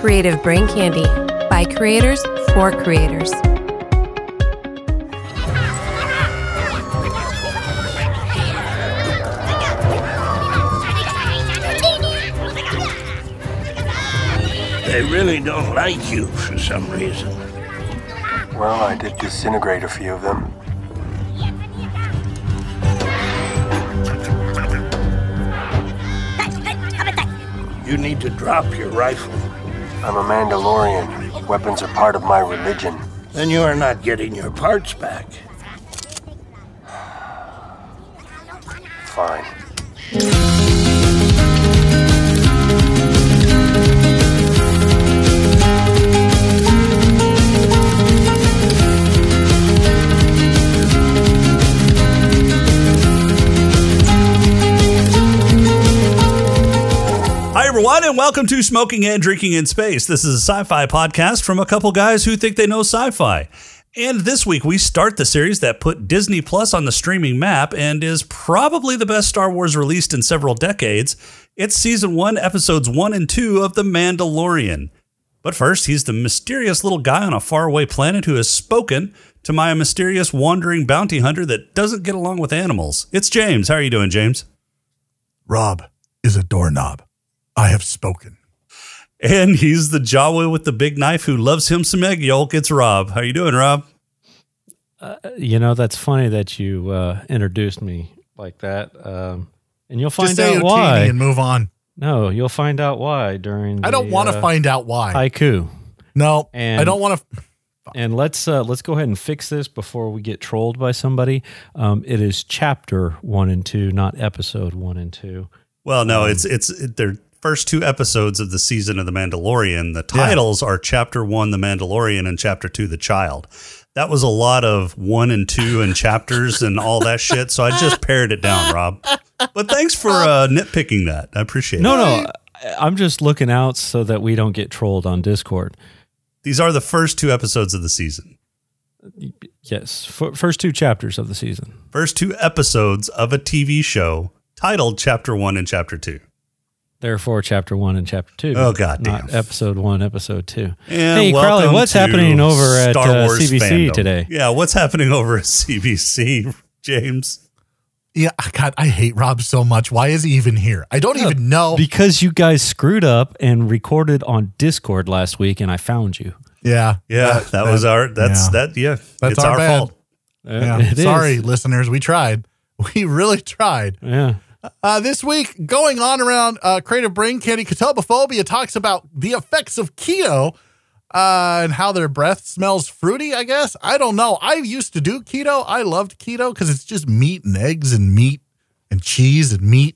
Creative Brain Candy by creators for creators. They really don't like you for some reason. Well, I did disintegrate a few of them. You need to drop your rifle. I'm a Mandalorian. Weapons are part of my religion. Then you are not getting your parts back. Fine. Hi, everyone, and welcome to Smoking and Drinking in Space. This is a sci fi podcast from a couple guys who think they know sci fi. And this week, we start the series that put Disney Plus on the streaming map and is probably the best Star Wars released in several decades. It's season one, episodes one and two of The Mandalorian. But first, he's the mysterious little guy on a faraway planet who has spoken to my mysterious wandering bounty hunter that doesn't get along with animals. It's James. How are you doing, James? Rob is a doorknob. I have spoken. And he's the Jawa with the big knife who loves him some egg yolk. It's Rob. How you doing, Rob? You know, that's funny that you uh, introduced me like that. Um, and you'll find Just say out Otini why. and move on. no, you'll find out why during. I don't the, want to uh, find out why. haiku. no, and- I don't want to. And let's uh, let's go ahead and fix this before we get trolled by somebody. Um, it is chapter one and two, not episode one and two. Well, no, Um, it's it's it, their first two episodes of the season of The Mandalorian. The titles are Chapter One, The Mandalorian, and Chapter Two, The Child. That was a lot of one and two and chapters and all that shit. So I just pared it down, Rob. But thanks for uh, nitpicking that. I appreciate it. No, no, I- I'm just looking out so that we don't get trolled on Discord. These are the first two episodes of the season. Yes, f- first two chapters of the season. First two episodes of a TV show titled Chapter One and Chapter Two. Therefore, chapter one and chapter two. Oh, goddamn. Not episode one, episode two. And hey, Crowley, welcome what's to happening over at Star uh, Wars CBC fandom. today? Yeah, what's happening over at CBC, James? Yeah, ah, God, I hate Rob so much. Why is he even here? I don't even know. Because you guys screwed up and recorded on Discord last week, and I found you. yeah, Yeah, that, was our. That's yeah. that. Yeah, That's it's our our, bad. fault. Uh, yeah. it is. Sorry, listeners, we tried. We really tried. Yeah. Uh, this week, going on around uh, Creative Brain Candy, Catobophobia talks about the effects of keto uh, and how their breath smells fruity, I guess. I don't know. I used to do keto. I loved keto because it's just meat and eggs and meat and cheese and meat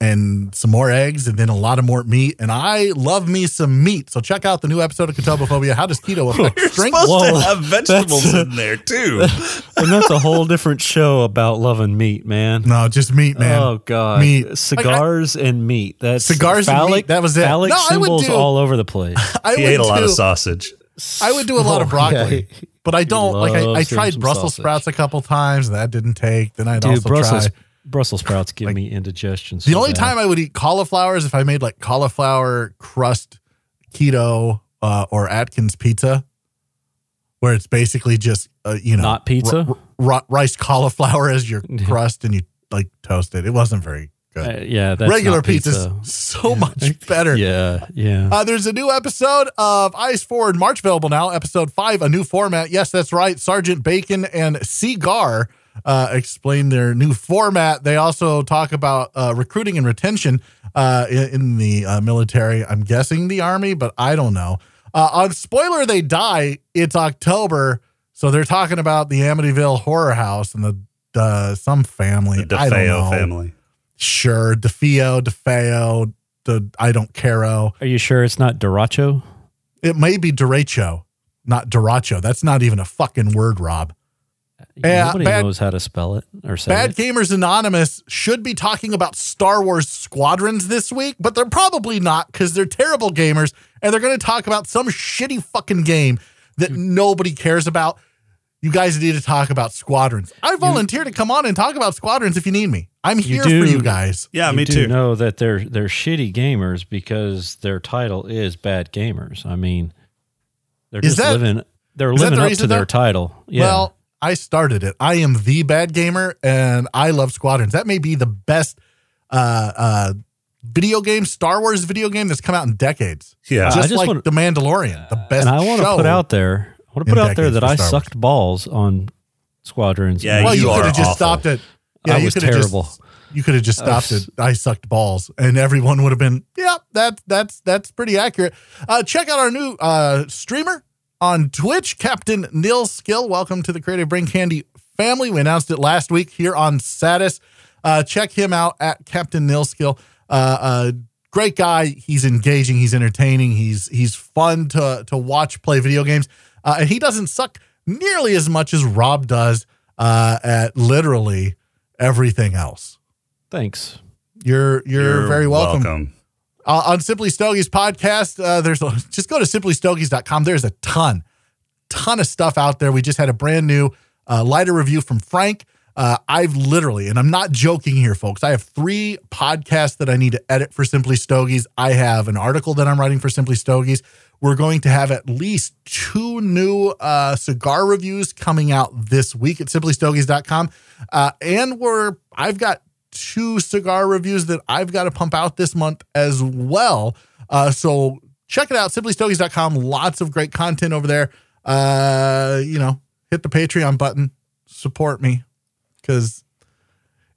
and some more eggs and then a lot of more meat. And I love me some meat. So check out the new episode of Catobophobia. How does keto affect strength? Supposed Whoa, to have vegetables that's- in there too. And that's a whole different show about loving meat, man. No, just meat, man. Oh God! Meat. cigars and meat. That's Cigars and meat, phallic, that was it. Phallic No, I would symbols do- all over the place. I He would ate a lot of too. sausage. I would do a Oh, lot of broccoli, Yeah. but I don't like. I, Love I some- tried some Brussels sausage. sprouts a couple times, and that didn't take. Then I'd Dude, also Brussels try. Brussels sprouts give me indigestion. The only time I would eat cauliflower is if I made like cauliflower crust keto uh, or Atkins pizza, where it's basically just uh, you know Not pizza? r- r- rice cauliflower as your crust, and you like toast it. It wasn't very good. uh, yeah, that's Regular not pizza's pizza. so much better. Yeah, yeah. Uh, there's a new episode of Ice Forward March available now, episode five, a new format. Yes, that's right. Sergeant Bacon and Cigar uh, explain their new format. They also talk about uh, recruiting and retention uh, in, in the uh, military. I'm guessing the army, but I don't know. Uh, on spoiler, they die. It's October, so they're talking about the Amityville Horror House and the uh, some family. The I don't DeFeo know. family. Sure, DeFeo, DeFeo, the I don't care. Are you sure it's not Duracho? It may be derecho, not duracho. That's not even a fucking word, Rob. Yeah, Nobody bad- knows how to spell it or say Bad it. Gamers Anonymous should be talking about Star Wars Squadrons this week, but they're probably not because they're terrible gamers Hmm. and they're going to talk about some shitty fucking game that nobody cares about. you guys need to talk about squadrons. I volunteer to come on and talk about squadrons if you need me. I'm here do. for you guys. Yeah, you me do too. Know that they're they're shitty gamers because their title is bad gamers. I mean, they're Is just that- living. They're is that living the up to reason, their though? title. Yeah. Well, I started it. I am the bad gamer and I love squadrons. That may be the best uh uh video game, Star Wars video game that's come out in decades. Yeah. Just, I just like wanna- The Mandalorian, the best and I want to show. put out there. I want to in put out there decades that for I Star Wars. sucked balls on squadrons. Yeah, Well, You you, are could have just awful. stopped it. I you was could have terrible. Just, you could have just stopped was- it. I sucked balls, and everyone would have been, "Yep, that that's that's pretty accurate." Uh, check out our new uh, streamer on Twitch, Captain Neil Skill. Welcome to the Creative Brain Candy family. We announced it last week here on Satis. Uh, check him out at Captain Neil Skill. Uh, uh, great guy. He's engaging. He's entertaining. He's he's fun to to watch play video games, uh, and he doesn't suck nearly as much as Rob does uh, at literally everything else. Thanks. You're you're, very welcome. welcome. Uh, on Simply Stogies podcast, uh, there's a, just go to simplystogies.com. There's a ton, ton of stuff out there. We just had a brand new uh, lighter review from Frank. Uh, I've literally, and I'm not joking here, folks. I have three podcasts that I need to edit for Simply Stogies. I have an article that I'm writing for Simply Stogies. We're going to have at least two new uh, cigar reviews coming out this week at simplystogies.com. Uh, and we're, I've got two cigar reviews that I've got to pump out this month as well. Uh, so check it out, simplystogies.com. Lots of great content over there. Uh, you know, hit the Patreon button, support me because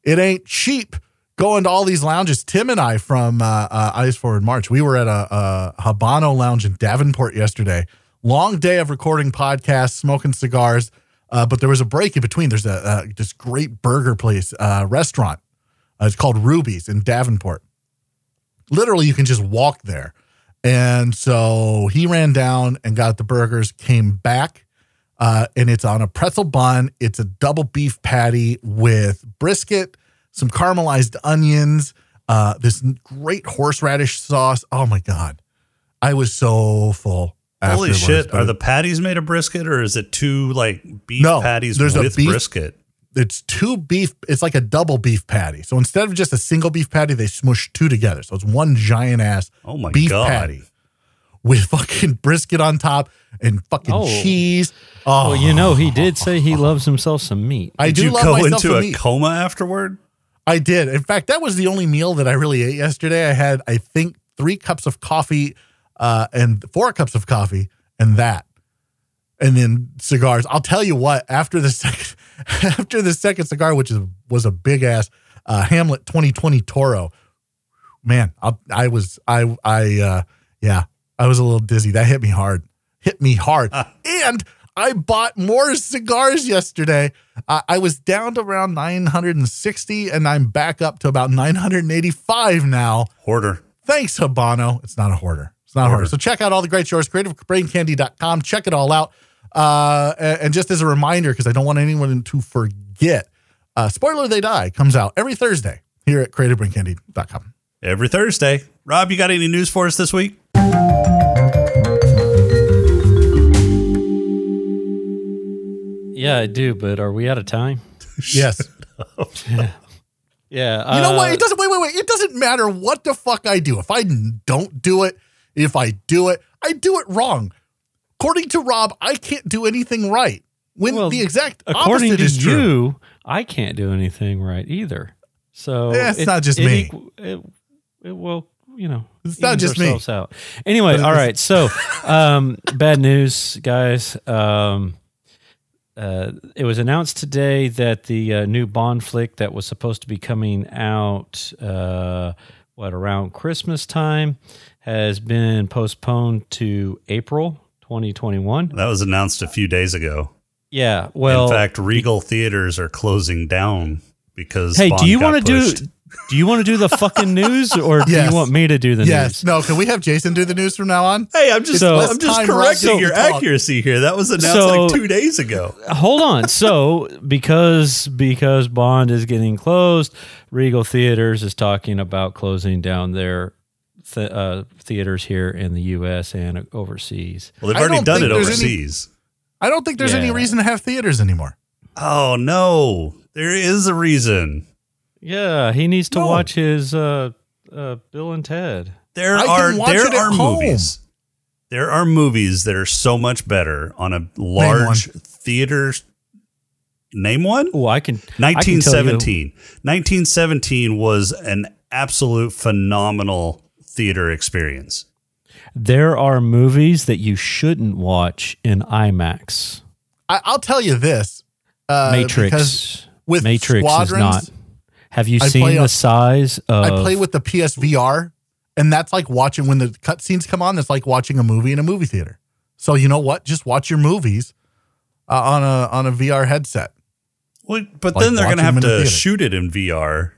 it ain't cheap going to all these lounges. Tim and I from uh, uh, Eyes Forward March, we were at a, a Habano lounge in Davenport yesterday. Long day of recording podcasts, smoking cigars. Uh, but there was a break in between. There's a uh, this great burger place, uh, restaurant uh, it's called Ruby's in Davenport. Literally, you can just walk there. And so he ran down and got the burgers, came back, uh, and it's on a pretzel bun. It's a double beef patty with brisket, some caramelized onions, uh, this great horseradish sauce. Oh my God. I was so full. Holy afterwards, shit! but Are the patties made of brisket, or is it two like beef No, patties there's a with beef- brisket? it's two beef. It's like a double beef patty. So instead of just a single beef patty, they smush two together. So it's one giant ass Oh my beef God. patty with fucking brisket on top and fucking Oh. cheese. Oh, Well, you know, he did say he loves himself some meat. I Did do you love go myself into some a meat. coma afterward? I did. In fact, that was the only meal that I really ate yesterday. I had, I think, three cups of coffee uh, and four cups of coffee and that. And then cigars. I'll tell you what, after the second after the second cigar, which is was a big ass uh, Hamlet 2020 Toro, man, I, I was I I uh, yeah, I was a little dizzy. That hit me hard. Hit me hard. And I bought more cigars yesterday. I, I was down to around 960, and I'm back up to about 985 now. Hoarder. Thanks, Habano. It's not a hoarder. It's not a hoarder. So check out all the great shows, creativebraincandy.com. Check it all out. Uh, and and just as a reminder, because I don't want anyone to forget, uh, Spoiler They Die comes out every Thursday here at creativebraincandy.com. every Thursday. Rob, you got any news for us this week? Yeah, I do. But are we out of time? Yes. Yeah. You know uh, what? It doesn't. Wait, wait, wait. It doesn't matter what the fuck I do. If I n- don't do it, if I do it, I do it wrong. According to Rob, I can't do anything right. When Well, the exact according opposite to is true. you, I can't do anything right either. So Yeah, Eh, it's not just me. equ- It, it will, you know, It's not evens just me. ourselves Out. Anyway, all right. So, um, bad news, guys. Um, uh, it was announced today that the uh, new Bond flick that was supposed to be coming out, uh, what around Christmas time, has been postponed to April 2021. That was announced a few days ago. Yeah. Well, In fact, Regal theaters are closing down because Hey, do you want to do? Do you want to do the fucking news, or do Yes. you want me to do the Yes. news? No. Can we have Jason do the news from now on? Hey, I'm just So- I'm just Time correcting Rob, your don't talk. accuracy here. That was announced So- like two days ago. Hold on. So because because Bond is getting closed, Regal Theaters is talking about closing down their th- uh, theaters here in the U.S. and overseas. Well, they've I already don't done think it there's any- overseas. I don't think there's any Yeah. reason to have theaters anymore. Oh no, there is a reason. Yeah, he needs to No. watch his uh, uh, Bill and Ted. There I can are watch there it at are home. movies. There are movies that are so much better on a large theater. Name one. Oh, I can. I can tell you- 1917. 1917 was an absolute phenomenal theater experience. There are movies that you shouldn't watch in IMAX. I, I'll tell you this. Uh, because Matrix. with Matrix is Squadrons, not. Have you I seen play the a- size of? I play with the PSVR, and that's like watching when the cutscenes come on. That's like watching a movie in a movie theater. So you know what? Just watch your movies uh, on a on a VR headset. Well, but Like then they're going to watching have them in the to theater. shoot it in VR.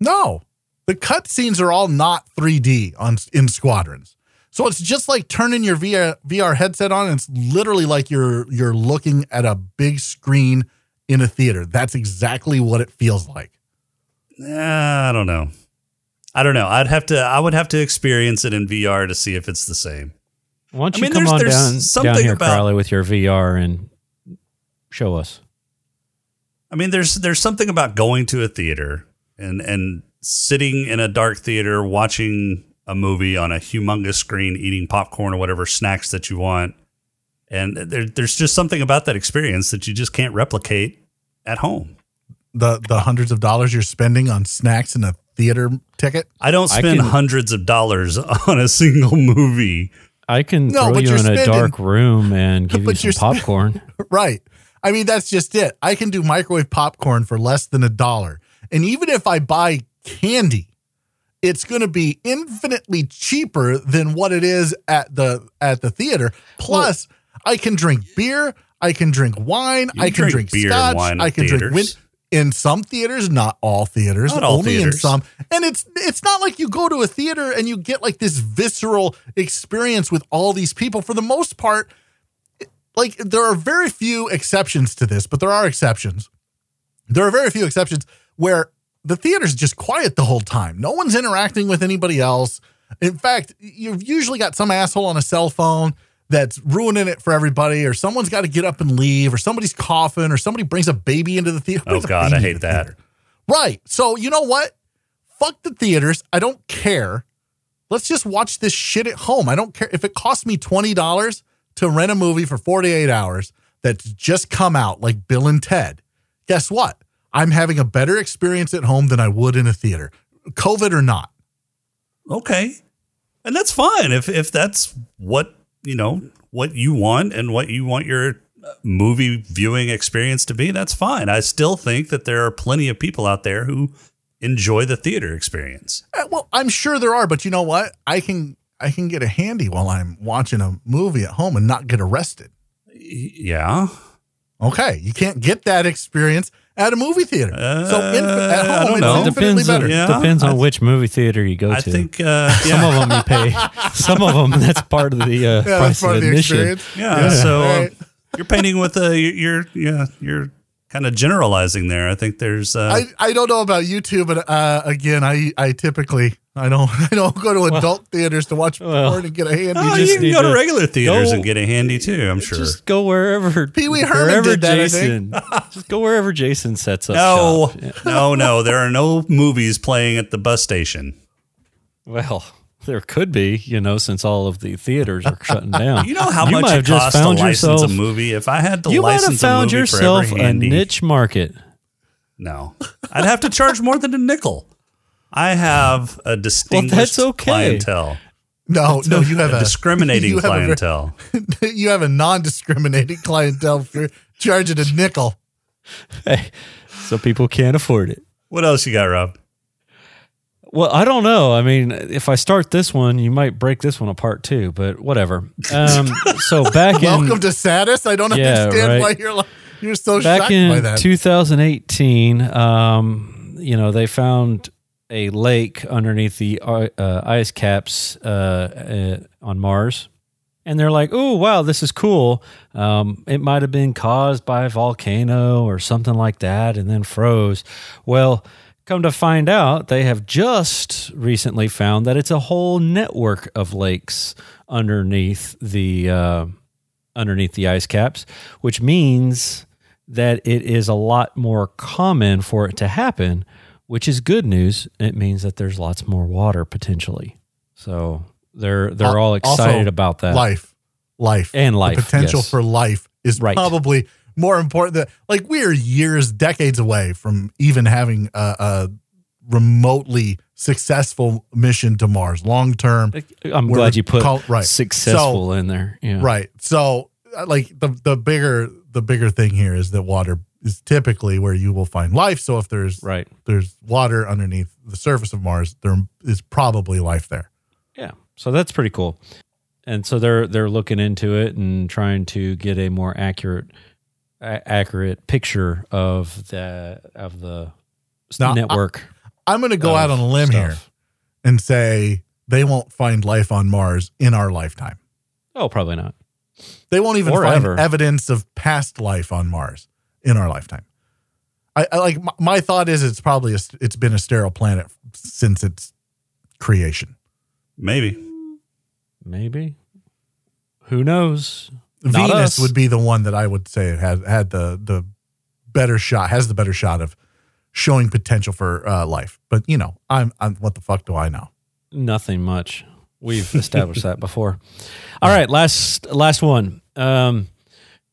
No, the cutscenes are all not 3D on in Squadrons. So it's just like turning your VR VR headset on. And it's literally like you're you're looking at a big screen in a theater. That's exactly what it feels like. Eh, I don't know. I don't know. I'd have to. I would have to experience it in VR to see if it's the same. Why don't I you mean, come there's- on there's down, something down here, about- Crowley, with your VR and show us? I mean, there's there's something about going to a theater and and sitting in a dark theater watching a movie on a humongous screen, eating popcorn or whatever snacks that you want, and there, there's just something about that experience that you just can't replicate at home. The the hundreds of dollars you're spending on snacks and a theater ticket. I don't I spend can- hundreds of dollars on a single movie. I can No, throw but you in you're a spending- dark room and give you But some you're spend- popcorn. Right. I mean, that's just it. I can do microwave popcorn for less than a dollar. And even if I buy candy, it's going to be infinitely cheaper than what it is at the at the theater. Plus, I can drink beer, I can drink wine, You I can drink drink, beer and scotch, wine in I can drink win- theaters. in some theaters, not all theaters, Not all only in theaters. some. And it's it's not like you go to a theater and you get like this visceral experience with all these people. For the most part, like there are very few exceptions to this, but there are exceptions. There are very few exceptions where the theater's just quiet the whole time. No one's interacting with anybody else. In fact, you've usually got some asshole on a cell phone that's ruining it for everybody, or someone's got to get up and leave, or somebody's coughing, or somebody brings a baby into the theater. Oh Brings a God, baby I into hate the that. theater. Right. So you know what? Fuck the theaters. I don't care. Let's just watch this shit at home. I don't care if it costs me twenty dollars to rent a movie for forty eight hours that's just come out, like Bill and Ted. Guess what? I'm having a better experience at home than I would in a theater, COVID or not. okay and that's fine if if that's what you know what you want and what you want your uh, movie viewing experience to be that's fine i still think that there are plenty of people out there who enjoy the theater experience Uh, Well, I'm sure there are, but you know what? I can I can get a handy while I'm watching a movie at home and not get arrested. Y- yeah Okay, you can't get that experience at a movie theater. so in, Uh, I at don't home, know. it's infinitely Depends, better. on, Yeah. depends on which movie theater you go i to. think uh Some yeah, of them you pay. Some of them that's part of the uh, Yeah, that's price part of of the admission. experience. yeah, so All um, right. you're painting with a you're yeah you're kind of generalizing there i think there's uh I, I don't know about you two, but uh, again, I I typically I don't I don't go to adult theaters to watch well, porn and get a handy. oh, just you can need go to, to regular theaters go- and get a handy too i'm sure Just go wherever Pee Wee Herman wherever did that, I Jason. just go wherever Jason sets up. no shop. no no there are no movies playing at the bus station Well, there could be, you know, since all of the theaters are shutting down. You know how You much might have it just costs to found license yourself- a movie. If I had to you might have license a found movie yourself for every a handy, niche market. no, I'd have to charge more than a nickel. I have a distinguished okay. clientele, No, no, you have a a discriminating you have a very- clientele. you have a non-discriminating clientele for charging a nickel. Hey, so people can't afford it. what else you got, Rob? Well, I don't know. I mean, if I start this one, you might break this one apart too, but whatever. Um, so back in Welcome to Sadis. I don't Yeah, understand right. why you're like, you're so back shocked by in that. 2018, um, you know, they found a lake underneath the uh, uh, ice caps uh, uh, on Mars. And they're like, oh, wow, this is cool. Um, it might have been caused by a volcano or something like that and then froze. Well, come to find out, they have just recently found that it's a whole network of lakes underneath the. Uh, underneath the ice caps, which means that it is a lot more common for it to happen, which is good news. It means that there's lots more water potentially. So they're they're all excited Also, about that. Life, life, And life, The potential yes. for life is Right. probably more important. That like we are years, decades away from even having a, a remotely successful mission to Mars, long term. I'm We're glad you put call- right. successful in there. Yeah. Right. So uh, like the the bigger the bigger thing here is that water is typically where you will find life. So if there's Right. there's water underneath the surface of Mars, there is probably life there. Yeah. So that's pretty cool. And so they're they're looking into it and trying to get a more accurate a- accurate picture of the of the s- Now, I- network. I'm going to go of out on a limb stuff. here and say they won't find life on Mars in our lifetime. Oh, probably not. They won't even Or find ever. evidence of past life on Mars in our lifetime. I, I like my, my thought is it's probably a, st- it's been a sterile planet since its creation. Maybe. Maybe. Who knows? Not Venus us. would be the one that I would say had had the the better shot has the better shot of showing potential for uh, life. But you know, I'm, I'm what the fuck do I know? Nothing much. We've established that before. All right, last last one. Um,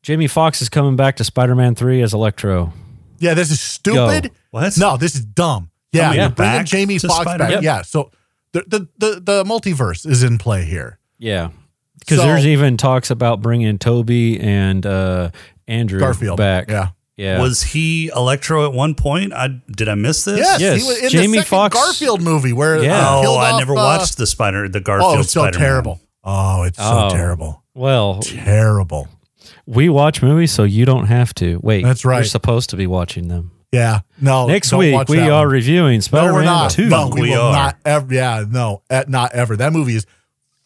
Jamie Fox is coming back to Spider-Man Three as Electro. Yeah, this is stupid. What? No, this is dumb. Yeah, Coming you're bringing back Jamie to Fox Spider-Man. back. Yep. Yeah, so the, the the the multiverse is in play here. Yeah, because So- there's even talks about bringing Toby and uh, Andrew Garfield back. Yeah. yeah. Was he Electro at one point? I did I miss this? Yes, Yes, he was in Jamie the second Fox- Garfield movie where uh, Yeah. Oh, killed I off, never uh, watched the Spider, the Garfield. Oh, it's so Spider-Man. terrible. Oh, it's Oh. so terrible. well, Terrible. we watch movies, so you don't have to wait. That's right. You're supposed to be watching them. Yeah. No. Next don't week watch we that are one. reviewing No, we're Spider-Man not. Two. No, we, We will are. not ever. Yeah, no, eh, not ever. That movie is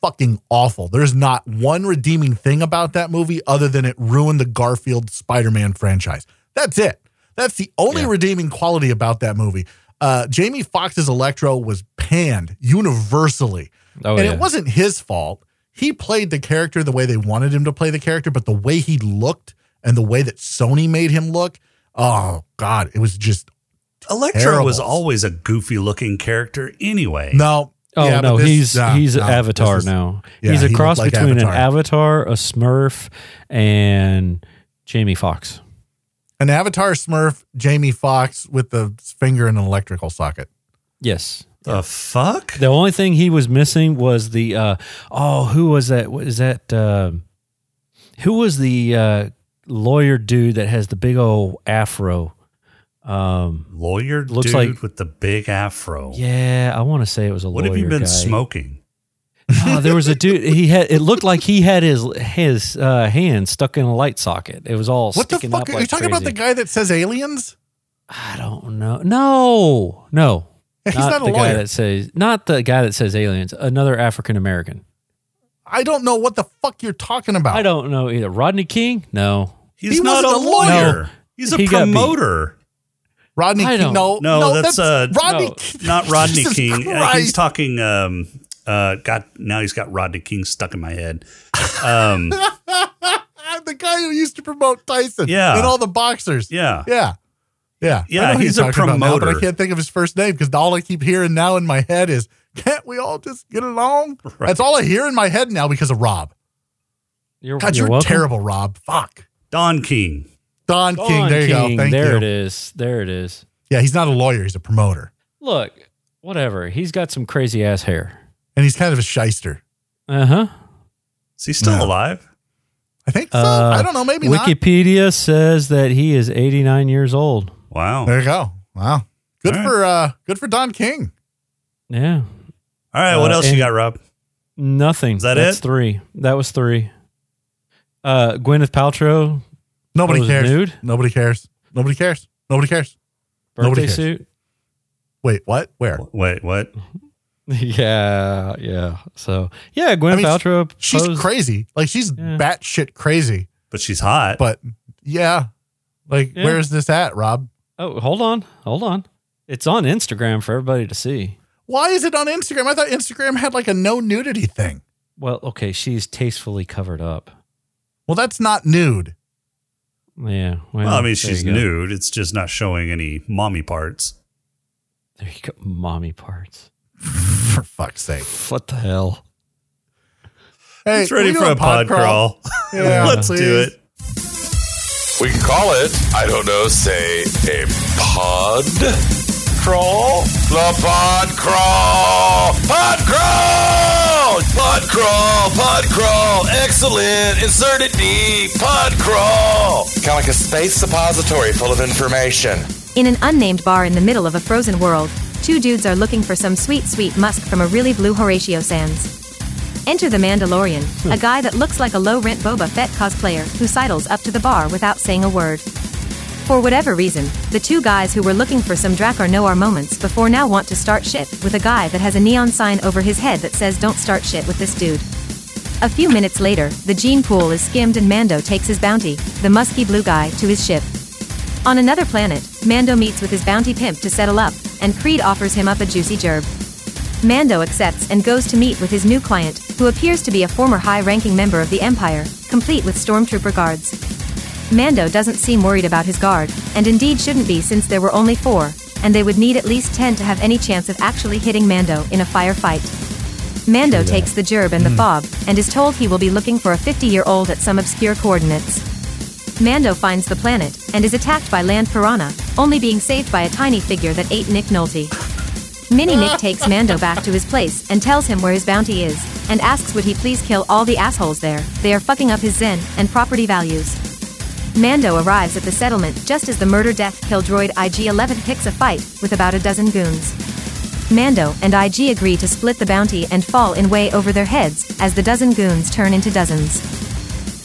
fucking awful. There's not one redeeming thing about that movie other than it ruined the Garfield Spider-Man franchise. That's it. That's the only redeeming quality about that movie. Uh, Jamie Foxx's Electro was panned universally, Oh, and yeah. it wasn't his fault. He played the character the way they wanted him to play the character, but the way he looked and the way that Sony made him look, oh god, it was just Electro Terrible. was always a goofy looking character anyway. No. Oh Yeah, no, but this- he's nah, he's nah, Avatar this is- now. yeah, he's a he looked cross like between an Avatar. Avatar, a Smurf, and Jamie Fox. An Avatar Smurf, Jamie Fox with the finger in an electrical socket. Yes. The fuck? The only thing he was missing was the uh, oh, who was that? What is that? um who was the uh, lawyer dude that has the big old afro? Um, Lawyer Looks dude like- with the big afro. yeah, I want to say it was a what lawyer. have you been guy. smoking? Oh, there was a dude. He had. It looked like he had his his uh, hand stuck in a light socket. It was all What the sticking fuck? up Are like you talking about the crazy. guy that says aliens? I don't know. No, no. He's not, a the guy lawyer. that says not the guy that says aliens. Another African American. I don't know what the fuck you're talking about. I don't know either. Rodney King? No. He's He not wasn't a a lawyer. lawyer. He's a He got beat. promoter. Rodney I King. don't- No, No, that's, uh, Rodney no, King. Not Rodney Jesus King. Uh, Christ. he's talking um uh got now he's got Rodney King stuck in my head. Um the guy who used to promote Tyson Yeah. and all the boxers. yeah. Yeah. Yeah. I Yeah, know who he's you're a talking about now, but promoter. I can't think of his first name because all I keep hearing now in my head is, can't we all just get along? Right. That's all I hear in my head now because of Rob. You're, God, you're, welcome. terrible, Rob. Fuck. Don King. Don, Don King. There you King. go. Thank there you. it is. There it is. Yeah, he's not a lawyer. He's a promoter, Look, whatever. He's got some crazy ass hair. and he's kind of a shyster. Uh huh. Is he still No. alive? I think so. Uh, I don't know. Maybe not. Wikipedia says that he is 89 years old. Wow. There you go. Wow. Good All right. for uh, good for Don King. Yeah. All right, what Uh, else you and- got, Rob? Nothing. Is that That's it? three. That was three. Uh, Gwyneth Paltrow, Nobody Was cares. nude? Nobody cares. Nobody cares. Nobody cares. Nobody birthday cares. suit. Wait, what? Where? Wait, what? Yeah, yeah. So yeah, Gwyneth I mean, Paltrow. She's posed- crazy. Like she's Yeah. batshit crazy. But she's hot. But yeah, like Yeah. where's this at, Rob? Oh, hold on, hold on. It's on Instagram for everybody to see. Why is it on Instagram? I thought Instagram had like a no nudity thing. Well, okay, she's tastefully covered up. Well, that's not nude. Yeah. Well, I mean, she's new. nude. It's just not showing any mommy parts. There you go. Mommy parts. For fuck's sake. What the hell? Hey, it's ready we do for a pod crawl. Yeah, Let's do please. it. We can call it, I don't know, say a pod crawl? The pod crawl! Pod crawl! Pod crawl! Pod crawl! Excellent! Insert it deep! Pod crawl! Kind of like a space suppository full of information. In an unnamed bar in the middle of a frozen world, two dudes are looking for some sweet, sweet musk from a really blue Horatio Sands. Enter the Mandalorian, a guy that looks like a low rent Boba Fett cosplayer who sidles up to the bar without saying a word. For whatever reason, the two guys who were looking for some Drac or Noir moments before now want to start shit with a guy that has a neon sign over his head that says don't start shit with this dude. A few minutes later, the gene pool is skimmed and Mando takes his bounty, the musky blue guy, to his ship. On another planet, Mando meets with his bounty pimp to settle up, and Creed offers him up a juicy gerb. Mando accepts and goes to meet with his new client, who appears to be a former high ranking member of the Empire, complete with stormtrooper guards. Mando doesn't seem worried about his guard, and indeed shouldn't be since there were only four, and they would need at least ten to have any chance of actually hitting Mando in a firefight. Mando takes the gerb and the fob, and is told he will be looking for a 50 year old at some obscure coordinates. Mando finds the planet and is attacked by land piranha, only being saved by a tiny figure that ate Nick Nolte. Mini Nick takes Mando back to his place and tells him where his bounty is, and asks would he please kill all the assholes there, they are fucking up his zen and property values. Mando arrives at the settlement just as the murder death kill droid IG 11 picks a fight with about a dozen goons. Mando and IG agree to split the bounty and fall in way over their heads as the dozen goons turn into dozens.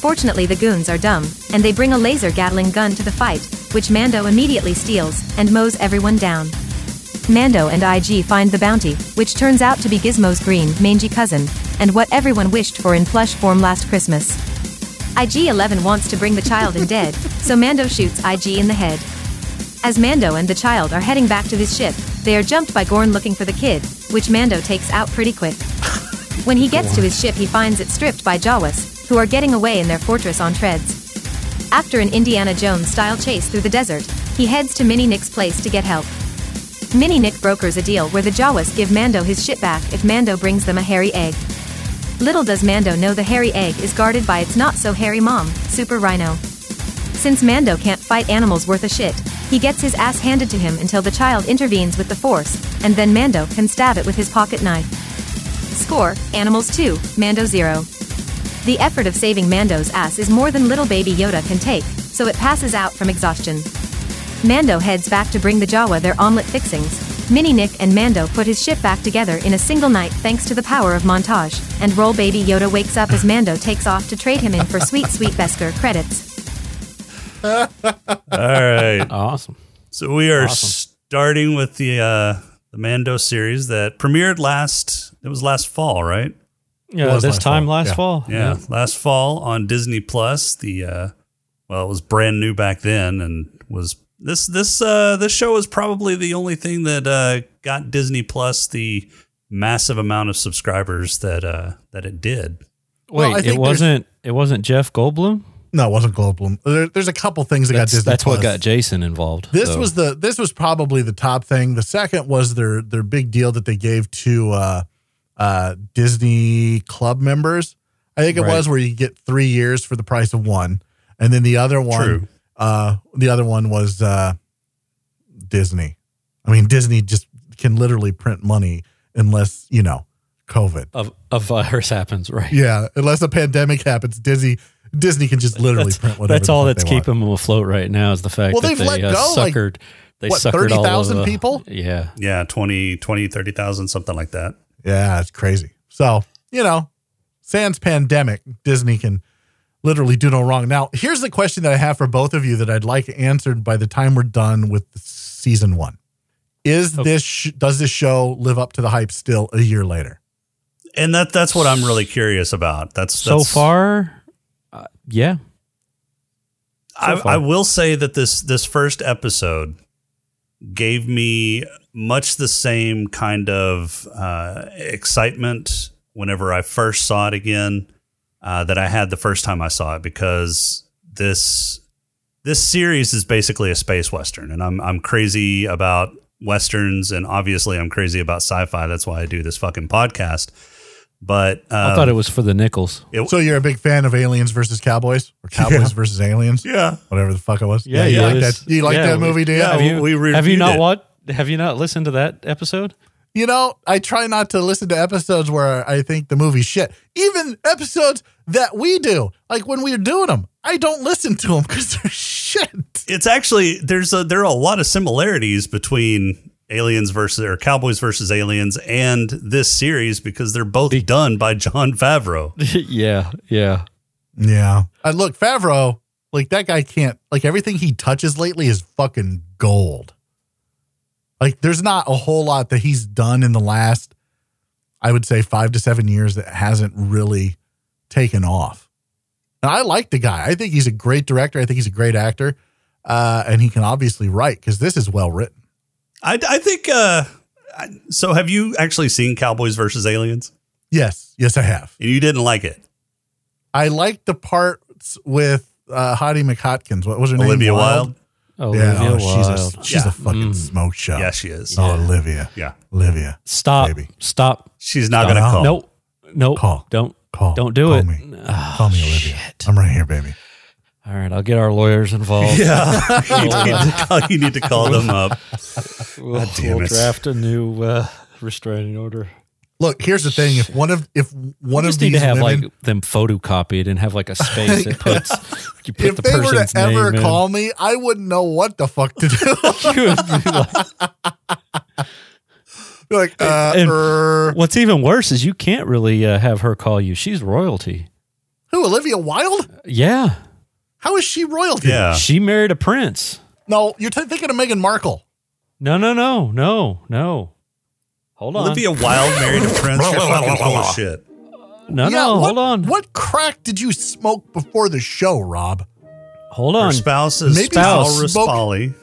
Fortunately, the goons are dumb, and they bring a laser Gatling gun to the fight, which Mando immediately steals and mows everyone down. Mando and IG find the bounty, which turns out to be Gizmo's green, mangy cousin, and what everyone wished for in plush form last Christmas. IG 11 wants to bring the child in dead, so Mando shoots IG in the head. As Mando and the child are heading back to his ship, they are jumped by Gorn looking for the kid, which Mando takes out pretty quick. When he gets to his ship, he finds it stripped by Jawas, who are getting away in their fortress on treads. After an Indiana Jones style chase through the desert, he heads to Mini Nick's place to get help. Mini Nick brokers a deal where the Jawas give Mando his ship back if Mando brings them a hairy egg. Little does Mando know the hairy egg is guarded by its not so hairy mom, Super Rhino. Since Mando can't fight animals worth a shit, he gets his ass handed to him until the child intervenes with the force, and then Mando can stab it with his pocket knife. Score, Animals 2, Mando 0. The effort of saving Mando's ass is more than little baby Yoda can take, so it passes out from exhaustion. Mando heads back to bring the Jawa their omelet fixings. Mini Nick and Mando put his ship back together in a single night thanks to the power of montage, and Roll Baby Yoda wakes up as Mando takes off to trade him in for sweet, sweet Besker credits. All right. Awesome. So we are Awesome. starting with the uh, the Mando series that premiered last. It was last fall, right? Yeah, was this last time fall. last Yeah. fall. Yeah, last fall on Disney Plus. The uh, well, it was brand new back then, and was this this uh, this show is probably the only thing that uh, got Disney Plus the massive amount of subscribers that uh, that it did. Well, Wait, I it think wasn't. It wasn't Jeff Goldblum. No, it wasn't Goldblum. There, there's a couple things that That's, got Disney. that's what Plus. got Jason involved. This so- was the this was probably the top thing. The second was their their big deal that they gave to uh, uh, Disney Club members. I think it Right. was where you get three years for the price of one, and then the other one, True. uh, the other one was uh, Disney. I mean, Disney just can literally print money unless you know COVID. a, a virus happens, right? Yeah, unless a pandemic happens, Disney Disney can just literally That's, print whatever. that's the all fuck that's they want. keeping them afloat right now is the fact Well, that they've they let uh, go, like, suckered. they what, suckered 30,000 all of the- people? Yeah, Yeah, 20, 20 30,000, something like that. Yeah, it's crazy. So, you know, sans pandemic, Disney can literally do no wrong. Now, here's the question that I have for both of you that I'd like answered by the time we're done with season one. Is this sh- does this show live up to the hype still a year later? And that that's what I'm really curious about. That's, so that's- far, uh, yeah, I, far. I will say that this this first episode gave me much the same kind of uh, excitement whenever I first saw it again uh, that I had the first time I saw it because this this series is basically a space western, and I'm I'm crazy about westerns, and obviously I'm crazy about sci-fi. That's why I do this fucking podcast. But uh, I Uh, thought it was for the nickels. So you're a big fan of aliens versus cowboys, or cowboys versus aliens, yeah, whatever the fuck it was. Yeah, you yeah, like it's- that? You like yeah, that we- movie, do you? yeah, Have you, we have you reviewed not it. what? Have you not listened to that episode? You know, I try not to listen to episodes where I think the movie's shit. Even episodes that we do, like when we're doing them, I don't listen to them because they're shit. it's actually there's a there are a lot of similarities between aliens versus or cowboys versus aliens and this series because they're both done by john favreau yeah, yeah. Yeah. And Uh, look, Favreau, like that guy can't, like everything he touches lately is fucking gold. Like there's not a whole lot that he's done in the last, I would say, five to seven years that hasn't really taken off. And I like the guy. I think he's a great director. I think he's a great actor. Uh, and he can obviously write because this is well written. i, I think uh I- so have you actually seen cowboys versus aliens Yes. Yes, I have. and you didn't like it I like the parts with uh, Hottie McHotkins. What was her name? olivia wilde, Oh, Yeah, Olivia oh, she's Wilde. a, she's Yeah. a fucking Mm. smoke show. yeah she is Oh, Olivia. yeah Olivia. Stop. Baby. Stop. Uh-huh. she's not Don't gonna know. call Nope. Nope. Call. Don't Call. Don't do Call it. Me. Oh, Call me Olivia. I'm right here, baby. All right, I'll get our lawyers involved. yeah you, need to call, you need to call them up We'll, damn we'll it. draft a new uh, restraining order. Look, here's the thing. If one of if one of You Oh, just need these to have women, like them photocopied and have like a space that puts you put if the they were to person's ever name call me, I wouldn't know what the fuck to do. in. You would be like- Be like, uh, And- er, what's even worse is you can't really uh, have her call you. She's royalty. who? Olivia Wilde? Yeah, How is she royalty? yeah she married a prince. No, you're t- thinking of Meghan Markle. No, no, no, no, no. Hold on. olivia wilde married a prince you're fucking full of shit no, yeah, no, what, hold on. What crack did you smoke before the show, Rob? Hold her on. spouse is Maybe Paul smoke- Raspalli.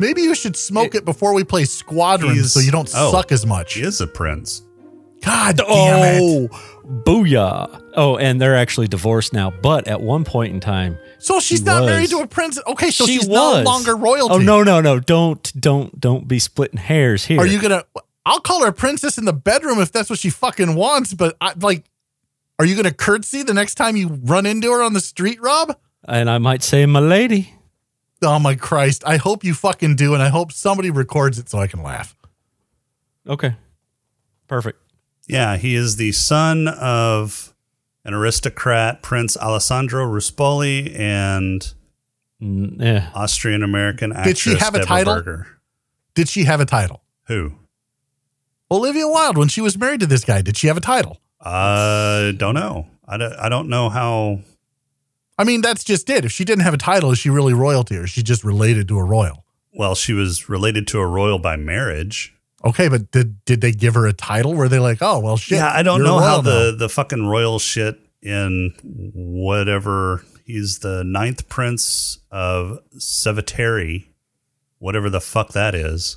Maybe you should smoke it, before we play Squadron, He's- so you don't oh. suck as much. She is a prince. God damn it! Oh, booyah. Oh, and they're actually divorced now, but at one point in time, So she's She not was. married to a prince. Okay, so she she's was no longer royalty. Oh no, no, no! Don't, don't, don't be splitting hairs here. Are you gonna? I'll call her a princess in the bedroom if that's what she fucking wants. But I like, are you gonna curtsy the next time you run into her on the street, Rob? and I might say, my lady. Oh my Christ! I hope you fucking do, and I hope somebody records it so I can laugh. Okay, perfect. Yeah, he is the son of an aristocrat, Prince Alessandro Ruspoli, and Mm, yeah, Austrian American actress. Did she have a Deborah title? Berger. Did she have a title? Who? Olivia Wilde, when she was married to this guy, did she have a title? I don't know. I don't, I don't know how. I mean, that's just it. If she didn't have a title, is she really royalty, or is she just related to a royal? Well, she was related to a royal by marriage. Okay, but did did they give her a title? Were they like, oh well, shit? yeah, I don't you're a know how royal now. the, the fucking royal shit in whatever. He's the ninth prince of Ceveteri, whatever the fuck that is.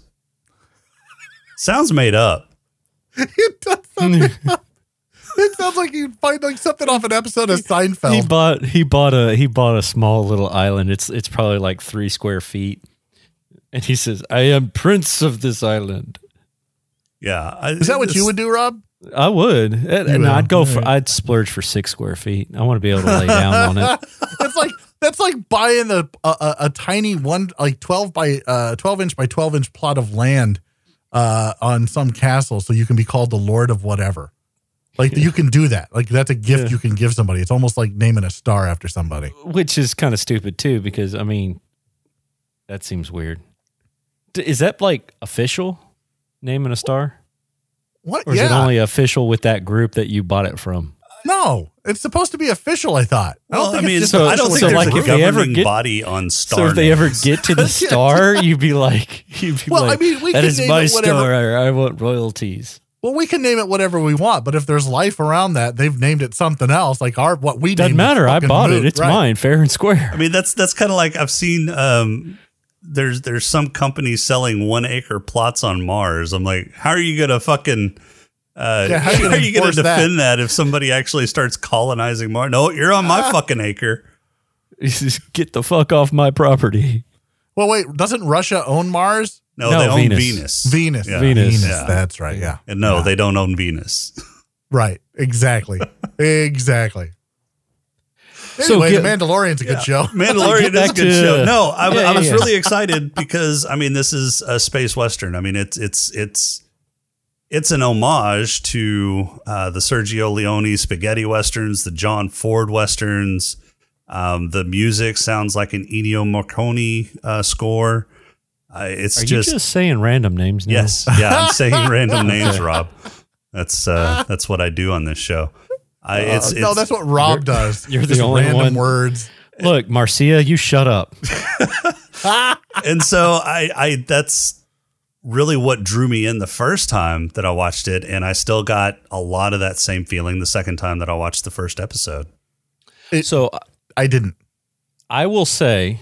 Sounds made up. it does something. it sounds like you find like something off an episode of he Seinfeld. bought he bought a he bought a small little island. It's it's probably like three square feet, and he says, "I am prince of this island." Yeah. I- Is that what you it's- would do, Rob? I would, and, and would, I'd go for I'd splurge for six square feet. I want to be able to lay down on it. That's like that's like buying a a, a, a tiny one like twelve by uh, twelve inch by twelve inch plot of land uh, on some castle, so you can be called the Lord of whatever. Like you can do that. Like that's a gift you can give somebody. It's almost like naming a star after somebody. which is kind of stupid too because i mean that seems weird D- is that like official naming a star What? or is it yeah. only official with that group that you bought it from no, it's supposed to be official. I thought. I don't Well, I think mean, it's just so, so- I don't official think so there's with like a if they ever governing get- body on so star. if they ever names. get to the star you'd be like you'd be Well, I like mean, we that can is name my it whatever- star i want royalties Well, we can name it whatever we want, but if there's life around that, they've named it something else. Like our what we doesn't named is matter i fucking bought moot, it it's right. mine fair and square I mean, that's that's kind of like I've seen. Um, there's there's some companies selling one acre plots on Mars. I'm like, how are you gonna fucking Uh, Yeah, how you how gonna are you going to enforce that? defend that? if somebody actually starts colonizing more? No, you're on my fucking acre. Get the fuck off my property. Well, wait, doesn't Russia own Mars? No, No, they own Venus. Venus. Venus. Yeah. Venus. Yeah. That's right. Yeah. And no, they don't own Venus. Right. Exactly. exactly. So Anyway, get- The Mandalorian's a good show. Mandalorian is a back good to- show. No, I, Yeah, I was yeah. really excited because I mean, this is a space western. I mean, it's it's it's it's an homage to uh, the Sergio Leone spaghetti westerns, the John Ford westerns. Um, the music sounds like an Ennio Morricone uh, score. Uh, it's Are just, you just saying random names now? yes, yeah. I'm saying random names, Rob. That's uh, that's what I do on this show. I, it's, Uh, no, it's- that's what Rob does. you're the Just only random one. words. Look, Marcia, you shut up. and so I, I that's really what drew me in the first time that I watched it, and I still got a lot of that same feeling the second time that I watched the first episode. So I didn't. I will say,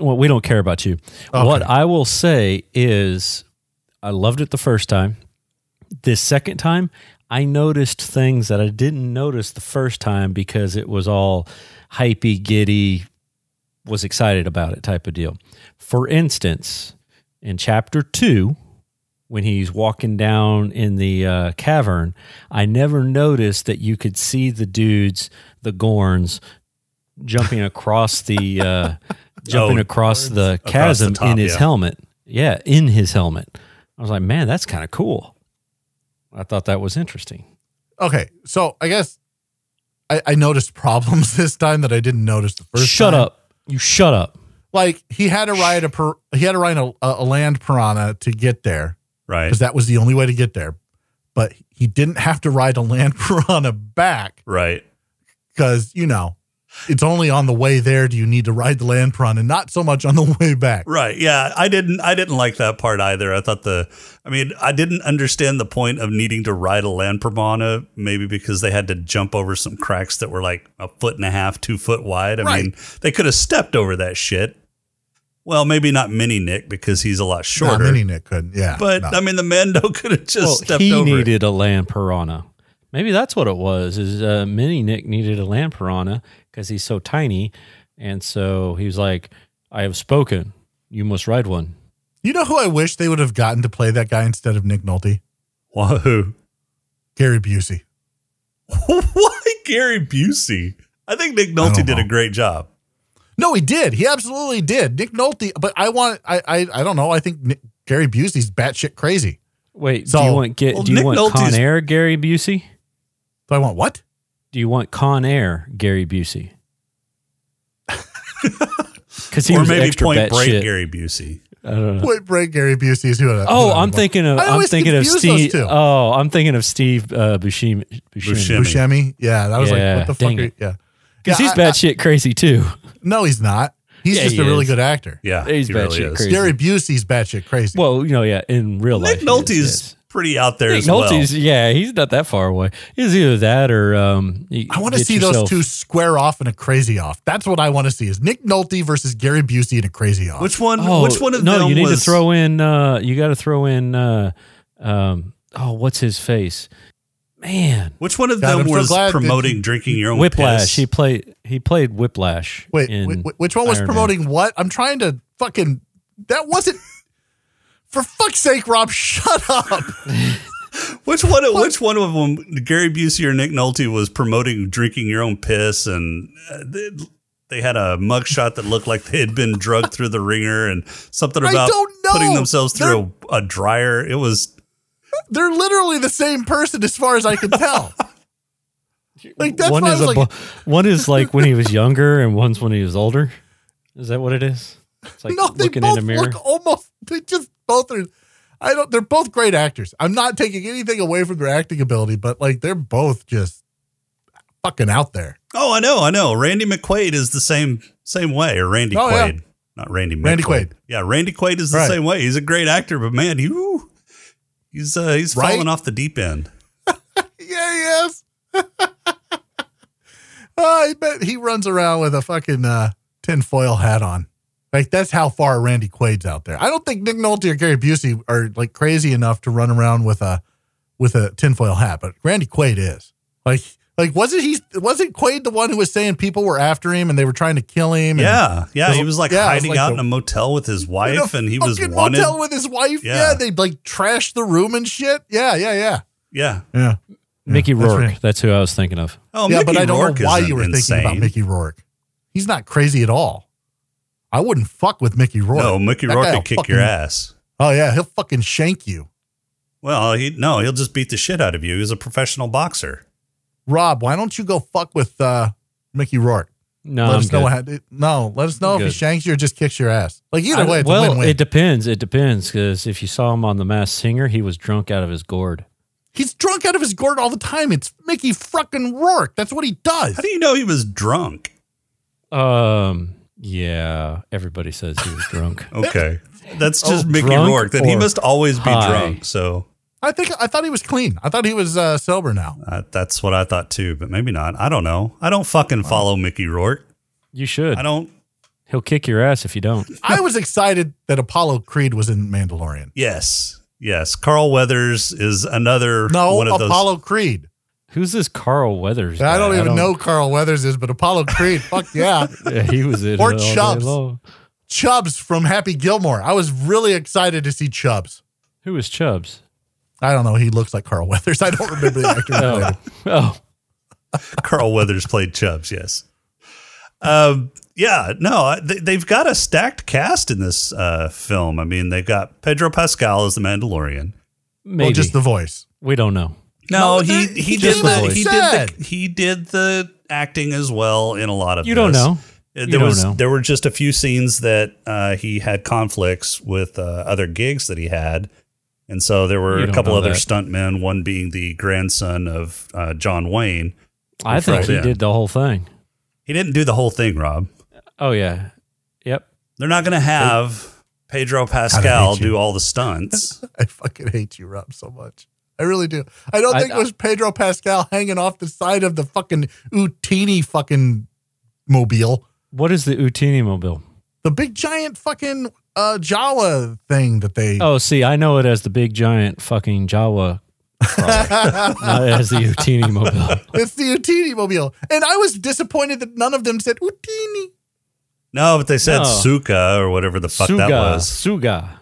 well, we don't care about you. What I will say is, I loved it the first time. This second time, I noticed things that I didn't notice the first time because it was all hypey, giddy, was excited about it type of deal. For instance, in chapter two, when he's walking down in the uh, cavern, I never noticed that you could see the dudes, the Gorns, jumping across the uh, jumping Oh, across the the chasm top, in his yeah. helmet. Yeah, in his helmet. I was like, man, that's kind of cool. I thought that was interesting. Okay. So I guess I, I noticed problems this time that I didn't notice the first shut time. up! You shut up. Like he had to ride a pir- he had to ride a, a land piranha to get there Right. because that was the only way to get there. But he didn't have to ride a land piranha back Right. because you know it's only on the way there do you need to ride the land piranha, and not so much on the way back. Right. Yeah. I didn't I didn't like that part either. I thought the I mean, I didn't understand the point of needing to ride a land piranha, maybe because they had to jump over some cracks that were like a foot and a half, two foot wide. I Right. mean, they could have stepped over that shit. Well, maybe not Mini Nick because he's a lot Nah, shorter. Mini Nick couldn't. Yeah, but no. I mean, the Mando could have just well, stepped he over. it. needed a land piranha. Maybe that's what it was. Is uh, Mini Nick needed a land piranha because he's so tiny, and so he was like, "I have spoken. You must ride one." you know who I wish they would have gotten to play that guy instead of Nick Nolte, Wahoo. Gary Busey. Why Gary Busey? I think Nick I Nolte don't did a know. great job. No, he did. He absolutely did. Nick Nolte. But I want. I. I, I don't know. I think Nick, Gary Busey's batshit crazy. Wait, do So- you want get? Well, do you Nick want Con Nolte's- Air Gary Busey? So I want what? Do you want Con Air Gary Busey? Because he or was maybe extra Point bat Break shit. Gary Busey. I don't know. Point Break. Gary Busey is who. I- who Oh, I I'm want. thinking of I I'm always thinking of confuse those Steve. two. Oh, I'm thinking of Steve uh, Buscemi. Buscemi. Buscemi. Buscemi. Yeah, that was Yeah, like what the dang fuck? Are, it. yeah. Because Yeah, he's I- batshit crazy too. No, he's not. He's Yeah, just he a really is. good actor. Yeah, He's he really batshit is. crazy. Gary Busey's batshit crazy. Well, you know, yeah, in real Nick life. he Nolte's is, pretty out there yes. as Nick Nolte's, well. yeah, he's not that far away. It's either that or um. you I want to get see yourself- those two square off in a crazy off. That's what I want to see is Nick Nolte versus Gary Busey in a crazy off. Which one? Oh, which one of no, them you need was to throw in. Uh, you got to throw in. Uh, um, oh, what's his face? Man, Which one of God, them I'm so was glad that- promoting drinking your own Whiplash. piss? He played. He played Whiplash. Wait, in wh- wh- which one was Iron Man. promoting what? I'm trying to fucking. That wasn't. For fuck's sake, Rob, shut up. which one? Of, which one of them? Gary Busey or Nick Nolte was promoting drinking your own piss, and uh, they, they had a mugshot that looked like they had been drugged through the ringer, and something I about don't know. putting themselves through a, a dryer. It was They're literally the same person as far as I can tell. Like, that's one why I is was a like- bu- one is like when he was younger, and one's when he was older. Is that what it is? It's like no, they looking both in a mirror. look almost. They just both are. I don't. They're both great actors. I'm not taking anything away from their acting ability, but like they're both just fucking out there. Oh, I know, I know. Randy McQuaid is the same same way, or Randy Oh, yeah. Quaid, not Randy. McQuaid. Randy Quaid. Yeah, Randy Quaid is the Right. same way. He's a great actor, but man, he woo, he's uh, he's Right? falling off the deep end. Yeah, he is. I bet Oh, he runs around with a fucking uh, tinfoil hat on. Like that's how far Randy Quaid's out there. I don't think Nick Nolte or Gary Busey are like crazy enough to run around with a with a tinfoil hat, but Randy Quaid is like like wasn't he wasn't Quaid the one who was saying people were after him and they were trying to kill him? and- Yeah, yeah. He was like Yeah, it was hiding like out the- in a motel with his in wife, a and he was fucking wanted. motel with his wife. Yeah. Yeah. they like trashed the room and shit. Yeah, yeah, yeah, yeah. yeah. Mickey that's Rourke. right. That's who I was thinking of. Oh, yeah, Mickey but I don't Rourke know why isn't you were insane. thinking about Mickey Rourke. He's not crazy at all. I wouldn't fuck with Mickey Rourke. No, Mickey That Rourke guy'll would kick your fucking- ass. Oh yeah, he'll fucking shank you. Well, he no, he'll just beat the shit out of you. He's a professional boxer. Rob, why don't you go fuck with uh, Mickey Rourke? No, let I'm us good. know how, no, let us know I'm if he good. shanks you or just kicks your ass. Like either I- way, it's well, a win-win. it depends. It depends because if you saw him on The Masked Singer, he was drunk out of his gourd. He's drunk out of his gourd all the time. It's Mickey fucking Rourke. That's what he does. How do you know he was drunk? Um, yeah, everybody says he was drunk. Okay, Oh, that's just Mickey drunk Rourke. Then he or must always be high? drunk. So I think I thought he was clean. I thought he was uh, sober now. uh, that's what I thought too, but maybe not. I don't know. I don't fucking follow Mickey Rourke. You should. I don't. He'll kick your ass if you don't. I was excited that Apollo Creed was in Mandalorian. Yes, yes. Carl Weathers is another No, one of those. Apollo Creed. Who's this Carl Weathers? I don't guy? even know who Carl Weathers is, but Apollo Creed. fuck yeah, Yeah, he was in Or it all day Chubbs. long. Chubbs from Happy Gilmore. I was really excited to see Chubbs. Who was Chubbs? I don't know. He looks like Carl Weathers. I don't remember the actor. who played Oh, him. oh, Carl Weathers played Chubbs. Yes. Um. Yeah. No. I- They, they've got a stacked cast in this uh, film. I mean, they've got Pedro Pascal as the Mandalorian. maybe. Well, just the voice. we don't know. No, No, he that- he did just the, like he said. did the he did the acting as well in a lot of You don't this. know. Uh, You There don't was know. there were just a few scenes that uh, he had conflicts with uh, other gigs that he had, and so there were You a don't couple know other that. stuntmen. One being the grandson of uh, John Wayne. I think Right. he Yeah. did the whole thing. He didn't do the whole thing, Rob. Oh yeah, yep. They're not going to have Pedro Pascal do all the stunts. I fucking hate you, Rob, so much. I really do. I don't I- think it was Pedro Pascal hanging off the side of the fucking Utini fucking mobile. What is the Utini mobile? The big giant fucking uh, Jawa thing that they. Oh, see, I know it as the big giant fucking Jawa, frog, not as the Utini mobile. It's the Utini mobile. And I was disappointed that none of them said Utini. no, but they said No. Suka or whatever the fuck Suga, that was. Suga.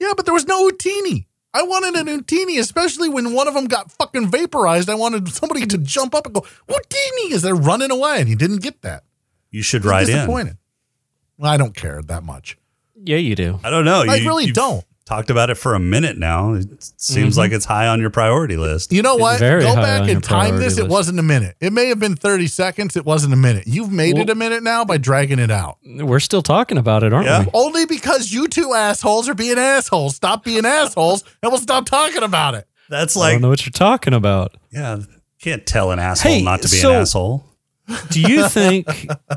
Yeah, but there was no Utini. I wanted an Utini, especially when one of them got fucking vaporized. I wanted somebody to jump up and go, Utini, as they're running away. And he didn't get that. You should write in. disappointed. Well, I don't care that much. Yeah, you do. I don't know. I You- really you've don't. Talked about it for a minute now. It seems like it's high on your priority list. You know It's what? very Go high back on your and time priority this. It list. wasn't a minute. It may have been 30 seconds. It wasn't a minute. You've made Well- it a minute now by dragging it out. We're still talking about it, aren't Yeah. we? Only because you two assholes are being assholes. Stop being assholes and we'll stop talking about it. That's I like, don't know what you're talking about. yeah, can't tell an asshole Hey, not to be so- an asshole. Do you think?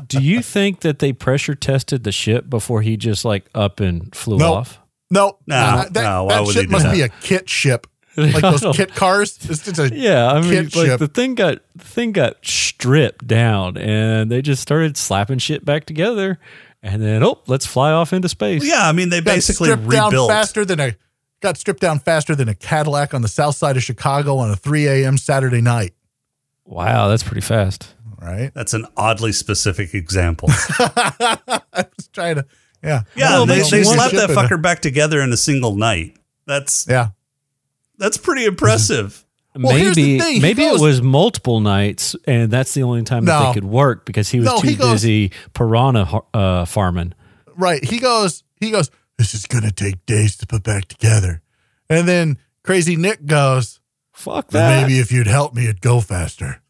do you think that they pressure tested the ship before he just like up and flew No. off? No, No, uh, that, no, why that would you ship do must that? be a kit ship. Like I don't- those kit cars. It's just a Yeah, I mean, kit like ship. the thing got the thing got stripped down, and they just started slapping shit back together, and then oh, let's fly off into space. Yeah, I mean, they got basically stripped down rebuilt. faster than a got stripped down faster than a Cadillac on the south side of Chicago on a 3 a.m. Saturday night. Wow, that's pretty fast. Right? That's an oddly specific example. I was trying to. Yeah. Yeah, Well, they, but they it's one slapped ship that in a- fucker back together in a single night. That's Yeah. that's pretty impressive. Well, here's the maybe thing, he maybe goes- it was multiple nights, and that's the only time that No. they could work because he was No, too he goes- busy piranha har- uh, farming. right. He goes, he goes, this is going to take days to put back together. And then crazy Nick goes, Fuck "Well, that. maybe if you'd help me, it'd go faster.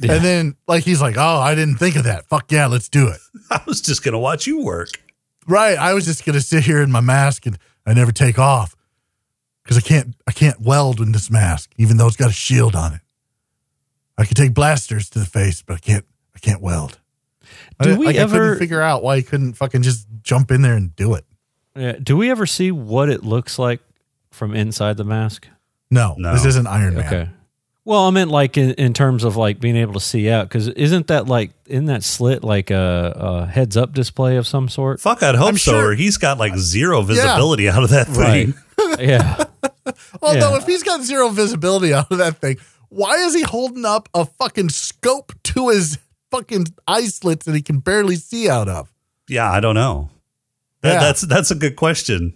Yeah. And then like, he's like, oh, I didn't think of that. Fuck yeah, let's do it. I was just gonna watch you work. Right. I was just going to sit here in my mask and I never take off because I can't, I can't weld in this mask, even though it's got a shield on it. I could take blasters to the face, but I can't, I can't weld. I Do didn't- we like, I ever- couldn't figure out why he couldn't fucking just jump in there and do it. Yeah. Do we ever see what it looks like from inside the mask? No, No. this isn't Iron Man. Okay. Well, I meant like in, in terms of like being able to see out because isn't that like in that slit like a, a heads up display of some sort? Fuck, I'd hope I'm so. sure- Or he's got like zero visibility out of that thing. yeah. Well, no, Yeah. if he's got zero visibility out of that thing, why is he holding up a fucking scope to his fucking eye slits that he can barely see out of? Yeah, I don't know. That, Yeah. That's that's a good question.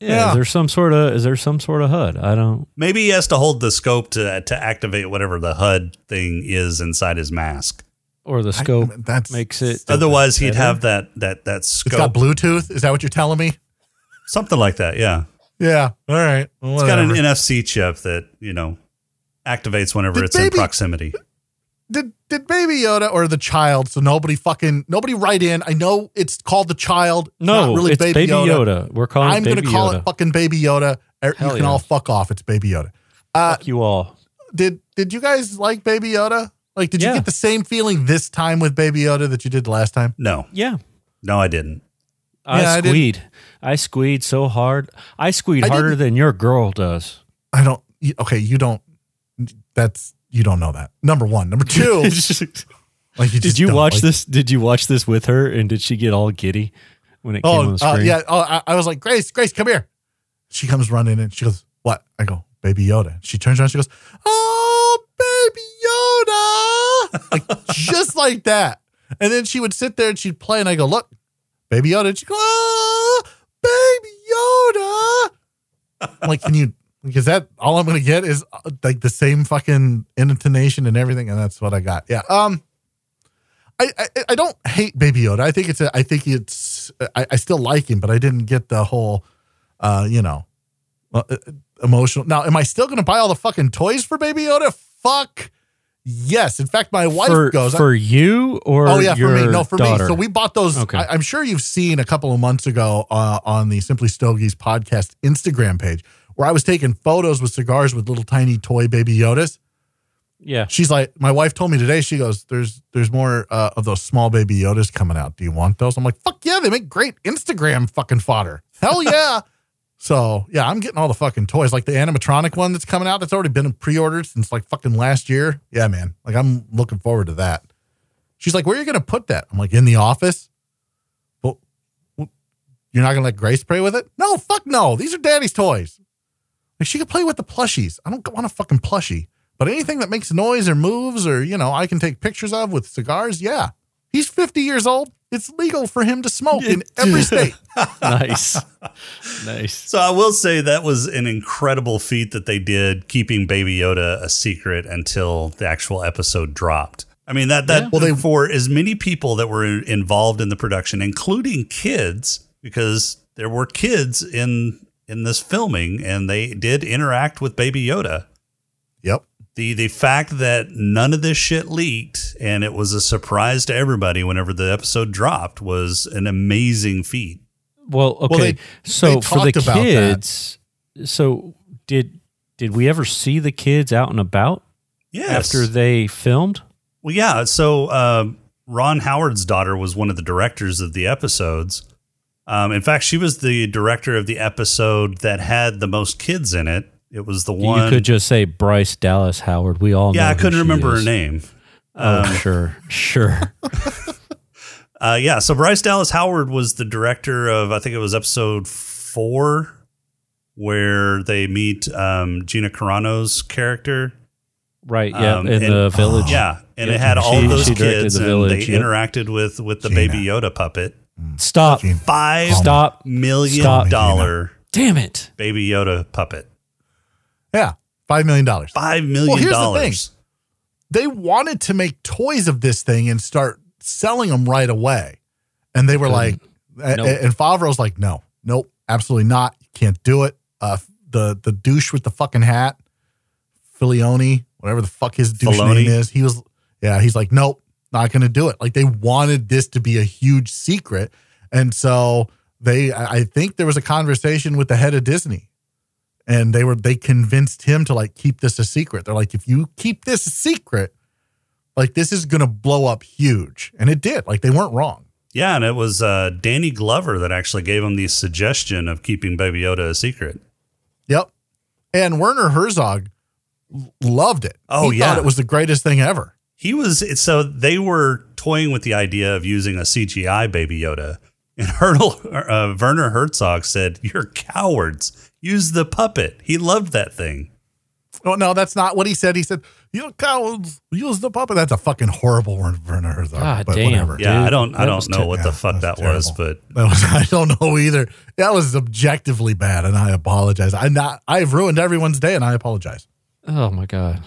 Yeah, Yeah. Is there some sort of is there some sort of HUD? I don't. Maybe he has to hold the scope to to activate whatever the HUD thing is inside his mask. Or the scope that's- makes it. Otherwise, he'd better. have that that that It's got scope, Bluetooth. Is that what you're telling me? something like that. Yeah, Yeah. All right. Well, it's got an whatever. NFC chip that you know activates whenever Did it's in baby- proximity. did did Baby Yoda or the child? So nobody fucking nobody write in. I know it's called the child. No, not really it's Baby Yoda. We're calling I'm it Baby gonna call Yoda. it fucking Baby Yoda. Er, You Hell can yeah. all fuck off. It's Baby Yoda. Fuck you all. Did did you guys like Baby Yoda? Like, did you Yeah. get the same feeling this time with Baby Yoda that you did last time? No, Yeah. no, I didn't. I Yeah, I didn't- squeed. I, squeed so hard. I squeed I harder didn't- than your girl does. I don't. you- Okay, you don't. That's you don't know that. Number one. Number two. like, did just you don't. watch Like, this? Did you watch this with her? And did she get all giddy when it came on Oh, the screen? uh, yeah. Oh, I, I was like, Grace, Grace, come here. She comes running and she goes, What? I go, Baby Yoda. She turns around, she goes, Oh, Baby Yoda. Like, just like that. And then she would sit there and she'd play, and I go, Look, Baby Yoda. And she'd go, Oh, Baby Yoda. I'm like, Can you? Because that all I'm gonna get is uh, like the same fucking intonation and everything, and that's what I got. Yeah. Um, I, I I don't hate Baby Yoda. I think it's a, I think it's I, I still like him, but I didn't get the whole, uh, you know, uh, uh, emotional. Now, am I still going to buy all the fucking toys for Baby Yoda? Fuck yes. In fact, my wife for, goes. uh, for you or oh yeah, your for me. No, for daughter. me. So we bought those. Okay. I, I'm sure you've seen a couple of months ago uh, on the Simply Stogies podcast Instagram page where I was taking photos with cigars with little tiny toy Baby Yodas. yeah. She's like, my wife told me today. She goes, "There's there's more uh, of those small baby Yodas coming out. Do you want those?" I'm like, "Fuck yeah, they make great Instagram fucking fodder. Hell yeah!" so yeah, I'm getting all the fucking toys, like the animatronic one that's coming out. That's already been pre-ordered since like fucking last year. Yeah, man. Like I'm looking forward to that. She's like, "Where are you gonna put that?" I'm like, "In the office." But w- you're not gonna let Grace play with it? No, fuck no. These are Daddy's toys. Like she could play with the plushies. I don't want a fucking plushie. But anything that makes noise or moves or, you know, I can take pictures of with cigars, yeah. He's 50 years old. It's legal for him to smoke in every state. nice. nice. So I will say that was an incredible feat that they did, keeping Baby Yoda a secret until the actual episode dropped. I mean that that well, they, for as many people that were involved in the production, including kids, because there were kids in in this filming, and they did interact with Baby Yoda. Yep. the The fact that none of this shit leaked and it was a surprise to everybody whenever the episode dropped was an amazing feat. Well, okay. they- so they for the talked about that. kids, so did did we ever see the kids out and about Yes. after they filmed? Well, yeah. So um, Ron Howard's daughter was one of the directors of the episodes. Um, in fact, she was the director of the episode that had the most kids in it. It was the one. You could just say Bryce Dallas Howard. We all yeah, know I who couldn't she remember is. her name. Oh, sure, sure. Uh, yeah, so Bryce Dallas Howard was the director of I think it was episode four, where they meet um, Gina Carano's character. Right. Yeah. Um, in and- the village. Yeah, and it Yeah, had all she- those she directed kids, The and Village, they yep. interacted with with the Gina. Baby Yoda puppet. Stop. Gina. Five Stop. million Stop. dollar Damn it. Baby Yoda puppet. Yeah. $5 million. Five million here's the dollars. They wanted to make toys of this thing and start selling them right away. And they were like, a- Nope. a- and Favreau's like, no, nope, absolutely not. You can't do it. Uh, the, the douche with the fucking hat, Filioni, whatever the fuck his douche Filoni. name is. He was, yeah, he's like, nope, not going to do it. Like they wanted this to be a huge secret, and so they, I I think there was a conversation with the head of Disney, and they were they convinced him to like keep this a secret. They're like, if you keep this a secret, like this is going to blow up huge, and it did. Like they weren't wrong. Yeah, and it was uh, Danny Glover that actually gave him the suggestion of keeping Baby Yoda a secret. Yep, and Werner Herzog l- loved it. Oh, he yeah. thought it was the greatest thing ever. He was so they were toying with the idea of using a CGI Baby Yoda, and Hurdle uh, Werner Herzog said, "You're cowards. Use the puppet. He loved that thing. Oh no, that's not what he said. He said, "You cowards, use the puppet." That's a fucking horrible word for Herzog. God but damn. whatever. Yeah, Dude, I don't I that don't was know ter- what Yeah, the fuck that was, terrible. but That was- I don't know either. That was objectively bad, and I apologize. I'm not. I've ruined everyone's day, and I apologize. Oh my god.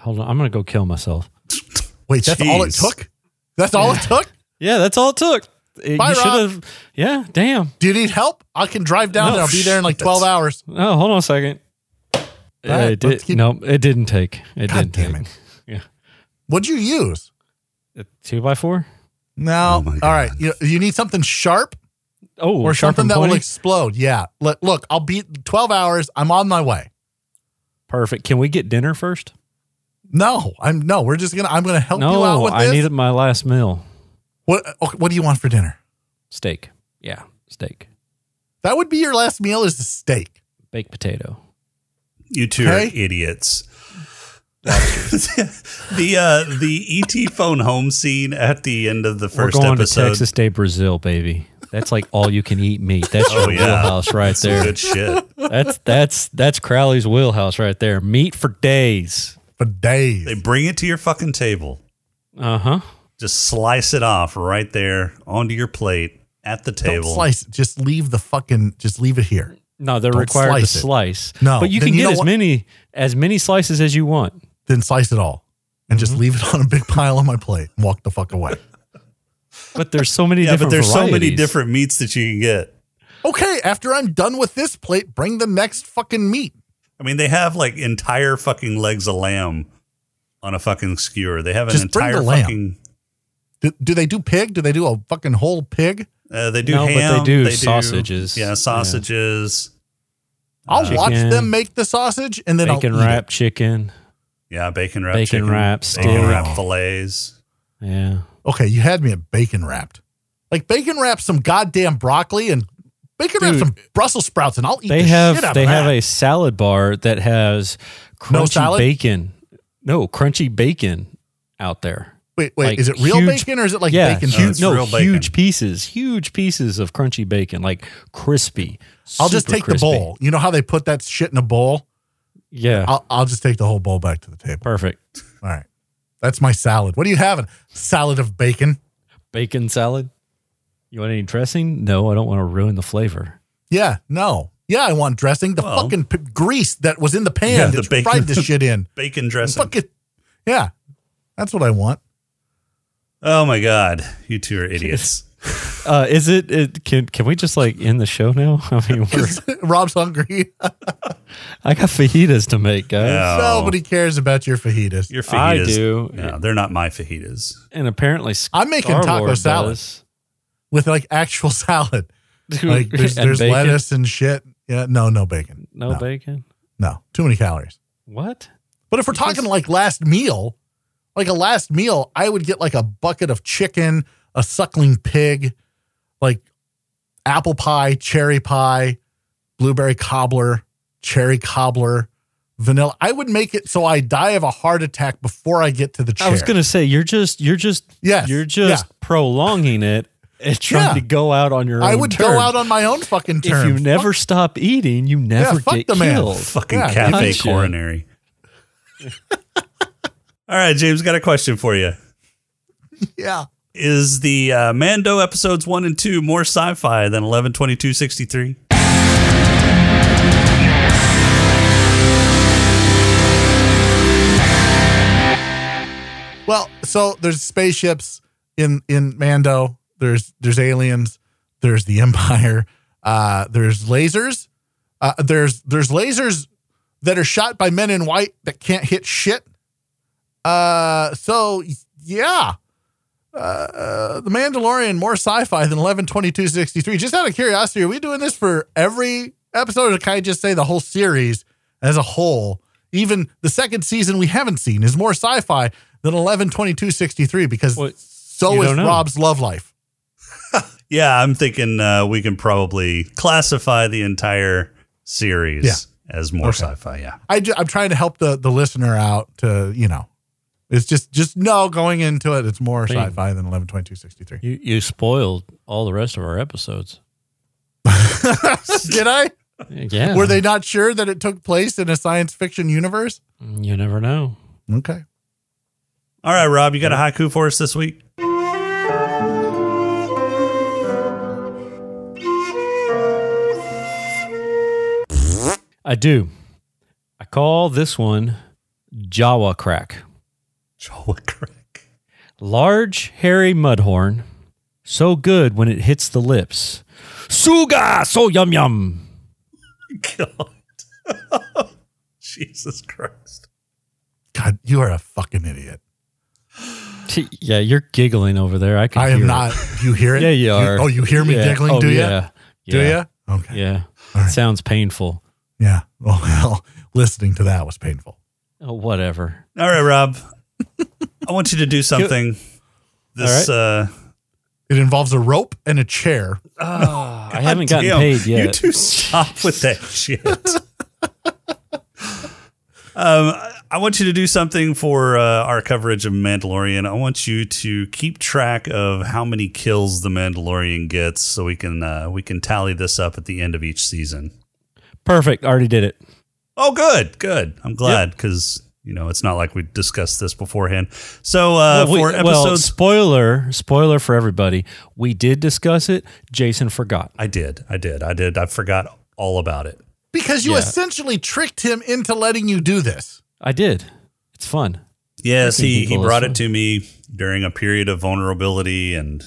Hold on, I'm gonna go kill myself. Wait, that's all it Jeez. took. That's all it took. Yeah, that's all it took. It- Bye, Rob. you should have. Yeah, damn. Do you need help? I can drive down No, there. I'll be there in like twelve hours. Oh, hold on a second. right, Uh, it did, let's keep- no, it didn't take. It God didn't damn take. What'd you use? A two by four. No. Oh, my all right. You, you need something sharp Oh, or sharp something and that will pointy. explode. Yeah. Look, look, I'll be twelve hours. I'm on my way. perfect. Can we get dinner first? No, I'm no. We're just gonna. I'm gonna help you out no, with I this. needed my last meal. what okay, What do you want for dinner? Steak. Yeah, steak. That would be your last meal is the steak. Baked potato. you two Hey. are idiots. the uh, the ET phone home scene at the end of the first We're going to episode. Texas Day, Brazil, baby. That's like all you can eat meat. That's Oh, your yeah. wheelhouse right Some there. Good shit. That's that's that's Crowley's wheelhouse right there. Meat for days. for days. They bring it to your fucking table. Uh huh. Just slice it off right there onto your plate at the Don't table. slice. it. Just leave the fucking. Just leave it here. No, they're Don't required slice to it. slice. No, but you then can you get know as what- many as many slices as you want. Then slice it all, and Mm-hmm. just leave it on a big pile on my plate and walk the fuck away. But there's so many yeah, different. but there's so many varieties. different meats that you can get. Okay, after I'm done with this plate, bring the next fucking meat. I mean, they have like entire fucking legs of lamb on a fucking skewer. They have an Just bring entire the lamb. fucking. Do, do they do pig? Do they do a fucking whole pig? Uh, they do No, but they ham. do sausages. Yeah, Yeah. sausages. I'll watch Uh, Chicken. them make the sausage and then bacon I'll eat wrap chicken. Yeah, bacon wrap, Bacon chicken, wraps, bacon steak. wrap fillets. Yeah. it. Okay, you had me at bacon wrapped. Like bacon wrap some goddamn broccoli and bacon wrap Dude. some Brussels sprouts and I'll eat. They the have shit out they of have that. a salad bar that has crunchy No salad? bacon. No, crunchy bacon out there. wait wait. like, is it real huge- bacon or is it like yeah, bacon? huge, it's no, real bacon. huge pieces, huge pieces of crunchy bacon, like crispy. I'll just super take the crispy. bowl. You know how they put that shit in a bowl? Yeah, I'll, I'll just take the whole bowl back to the table. perfect. All right. That's my salad. What are you having? Salad of bacon. Bacon salad. You want any dressing? No, I don't want to ruin the flavor. Yeah, no. Yeah, I want dressing. The Well- fucking p- grease that was in the pan Yeah, that the you bacon. fried this shit in. Bacon dressing. Fuck it. Yeah, that's what I want. Oh my god, you two are idiots. Uh, is it, it? Can can we just like end the show now? I mean, we're, Rob's hungry. I got fajitas to make, guys. Nobody cares about your fajitas. Oh, Your fajitas. I do. No, they're not my fajitas. And apparently, I'm making taco Star-Lord salad. does. With like actual salad. Like there's, And there's bacon? lettuce and shit. Yeah, no, no bacon. No, bacon. No, too many calories. What? But if we're talking like last meal, like a last meal, I would get like a bucket of chicken, a suckling pig, like apple pie, cherry pie, blueberry cobbler, cherry cobbler, vanilla. I would make it so I die of a heart attack before I get to the chair. I was gonna say you're just you're just Yes, you're just yeah. prolonging it and trying Yeah. to go out on your own. I would go terms. out on my own fucking if terms. you never stop eating, you never fuck get the man. killed. Fucking Yeah, cafe gotcha. coronary. All right, James, got a question for you. yeah. Is the uh, Mando episodes one and two more sci-fi than eleven twenty two sixty three? Well, so there's spaceships in in Mando. There's there's aliens. There's the Empire. Uh, there's lasers. Uh, there's there's lasers that are shot by men in white that can't hit shit. Uh, so yeah, uh, the Mandalorian more sci-fi than eleven twenty two sixty three. Just out of curiosity, are we doing this for every episode, or can I just say the whole series as a whole? Even the second season we haven't seen is more sci-fi than eleven twenty two sixty three because What? You so don't is know. Rob's love life. Yeah, I'm thinking uh, we can probably classify the entire series as more Okay. sci-fi. Yeah. I ju- I'm trying to help the the listener out to you know, it's just just no going into it. It's more Thing. sci-fi than eleven twenty two sixty three. You you spoiled all the rest of our episodes. Did I? Yeah. Were they not sure that it took place in a science fiction universe? You never know. Okay. All right, Rob, you got a haiku for us this week? I do. I call this one Jawa crack. Joel Craig. Large, hairy mudhorn. So good when it hits the lips. Suga! So yum yum. God. Jesus Christ. God, you are a fucking idiot. T- Yeah, you're giggling over there. I can I am hear not. You hear It. it? Yeah, you are. oh, you hear me Yeah. giggling? Oh, do you? yeah. Do Yeah. you? Okay. Yeah. Sounds painful. Yeah. Oh, well, listening to that was painful. Oh, whatever. All right, Rob. I want you to do something. This uh It involves a rope and a chair. I haven't gotten Damn, paid yet. You two stop with that shit. um, I want you to do something for uh, our coverage of Mandalorian. I want you to keep track of how many kills the Mandalorian gets, so we can uh, we can tally this up at the end of each season. Perfect. Already did it. Oh, good, good. I'm glad because you know it's not like we discussed this beforehand. So uh, Well, we- for episodes, well, spoiler, spoiler for everybody. We did discuss it. Jason forgot. I did, I did, I did. I forgot all about it. Because you Yeah. essentially tricked him into letting you do this. I did. It's fun. Yes, Freaking he, he people, brought that's it to me during a period of vulnerability, and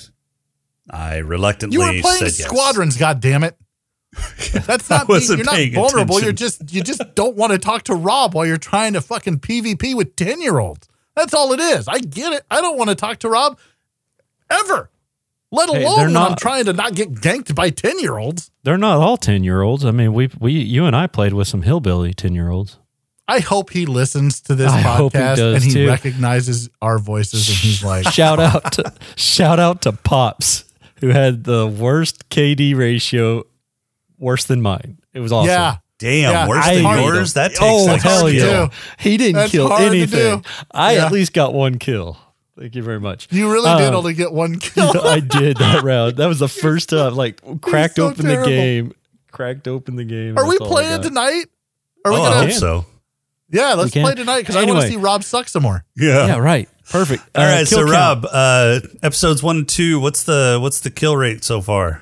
I reluctantly You were playing said squadrons, God damn it. That's not being, wasn't you're not paying vulnerable. attention. You're just you just don't want to talk to Rob while you're trying to fucking PvP with 10 year olds. That's all it is. I get it. I don't want to talk to Rob ever. Let Hey, alone they're when I'm not- trying to not get ganked by 10 year olds. They're not all ten year olds. I mean, we we you and I played with some hillbilly ten year olds. I hope he listens to this I hope he podcast does, and he too. recognizes our voices and he's like, Shout out to shout out to Pops, who had the worst KD ratio, worse than mine. It was awesome. Yeah. Damn, Yeah, worse I than hate yours. That takes Oh like hell hard to yeah! do. He didn't That's kill hard to anything. do. I Yeah. at least got one kill. Thank you very much. You really did Um, only get one kill. I did that round. That was the first time. Like cracked so open terrible. the game. Cracked open the game. Are we That's all I playing got. tonight? Oh, Are we I gonna? hope so. Yeah, let's can. play tonight because I want to Anyway. see Rob suck some more. Yeah, right. Perfect. All Uh, right, so kill count. Rob, uh, episodes one and two. What's the what's the kill rate so far?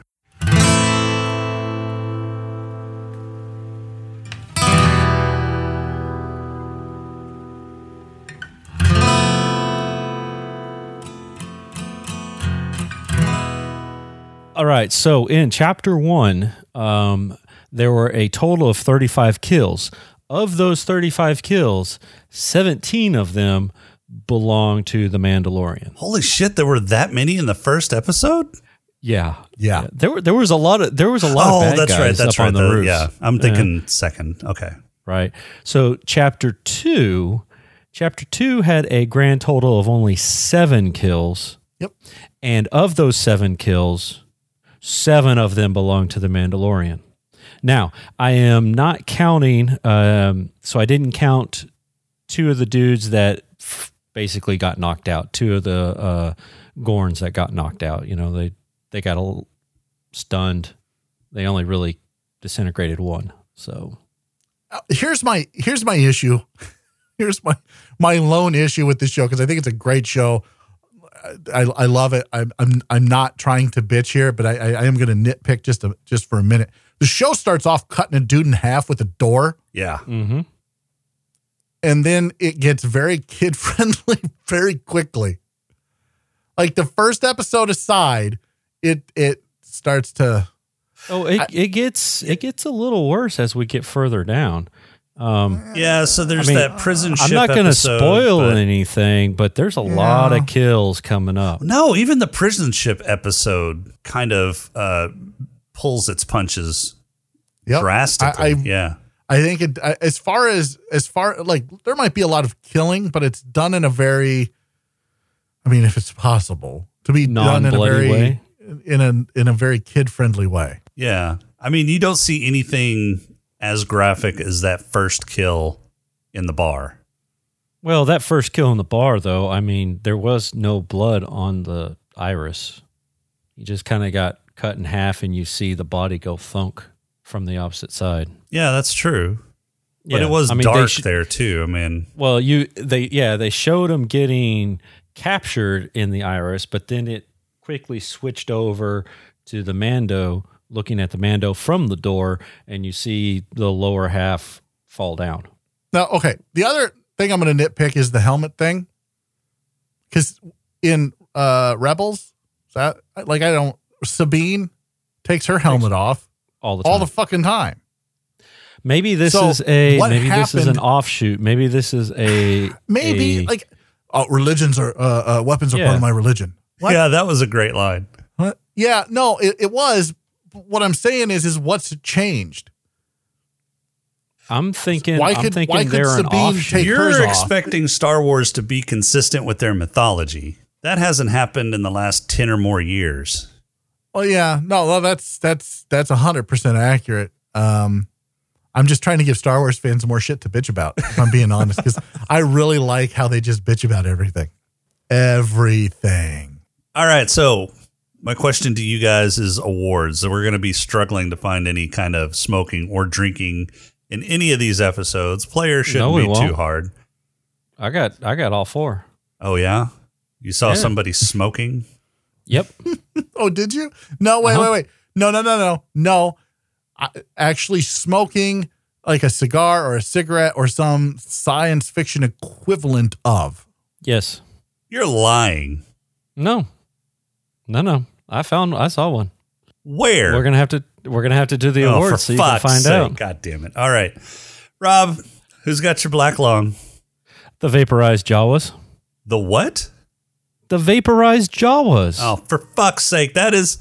All right. So in chapter one, um, there were a total of 35 kills. Of those 35 kills, 17 of them belong to the Mandalorian. Holy shit, there were that many in the first episode. Yeah. Yeah. There were there was a lot of there was a lot Oh, of bad that's guys right, that's up right. on the The- roof. Yeah, I'm thinking second. Okay, right? So chapter two, chapter two had a grand total of only seven kills. Yep. And of those seven kills, seven of them belong to the Mandalorian. Now, I am not counting, um, so I didn't count two of the dudes that f- basically got knocked out, two of the uh, Gorns that got knocked out. You know, they, they got a little stunned. They only really disintegrated one. So Uh, Here's my here's my issue. Here's my my lone issue with this show because I think it's a great show. I, I love it. I'm, I'm I'm not trying to bitch here, but I, I, I am going to nitpick just a, just for a minute. The show starts off cutting a dude in half with a door, yeah. Mm. mm-hmm. and then it gets very kid friendly very quickly. Like the first episode aside, it it starts to Oh, it, it gets it gets a little worse as we get further down. Um, Yeah, so there's I mean, that prison ship. I'm not going to episode, spoil but- anything, but there's a lot of kills coming up. No, even the prison ship episode kind of uh, pulls its punches yep. drastically. Oh, I- I- yeah. I think it, I- as far as as far like there might be a lot of killing, but it's done in a very, I mean, if it's possible to be done in a Non-bloody very way? in a in a very kid friendly way. Yeah. I mean, you don't see anything as graphic as that first kill in the bar. Well, that first kill in the bar, though, I mean, there was no blood on the iris. He just kind of got cut in half, and you see the body go thunk. from the opposite side. Yeah, that's true. But Yeah. it was I mean, they dark sh- there too. I mean, Well, you they yeah they showed him getting captured in the iris, but then it quickly switched over to the Mando looking at the Mando from the door, and you see the lower half fall down. Now, okay. The other thing I'm going to nitpick is the helmet thing. Because in uh, Rebels, is that like I don't, Sabine takes her helmet off All the time. all the fucking time. maybe this So, is a what maybe this is an happened- offshoot. Maybe this is a Maybe a- like, oh, religions are, uh, uh, weapons are Yeah. part of my religion. What? yeah, that was a great line. What? Yeah, no, it, it was. But What I'm saying is, is what's changed? I'm thinking. Why I'm could- thinking why could they're an Sabine offshoot. take- hers You're off. expecting Star Wars to be consistent with their mythology. That hasn't happened in the last 10 or more years. Oh yeah, no, well, that's that's that's hundred percent accurate. Um, I'm just trying to give Star Wars fans more shit to bitch about. If I'm being honest, because I really like how they just bitch about everything, everything. All right, so my question to you guys is awards. So we're going to be struggling to find any kind of smoking or drinking in any of these episodes. Players shouldn't we be won't. too hard. I got I got all four. Oh yeah, you saw Yeah. somebody smoking. Yep. Oh, did you? No, wait, Uh-huh. wait, wait. No, no, no, no, no. I, actually, smoking like a cigar or a cigarette or some science fiction equivalent of. yes. You're lying. No. No. No. I found. I saw one. Where? We're gonna have to. We're gonna have to do the Oh, awards so you can fuck's find sake. out. God damn it! All right, Rob, who's got your black long? The vaporized Jawas. The what? The vaporized Jawas. Oh, for fuck's sake! That is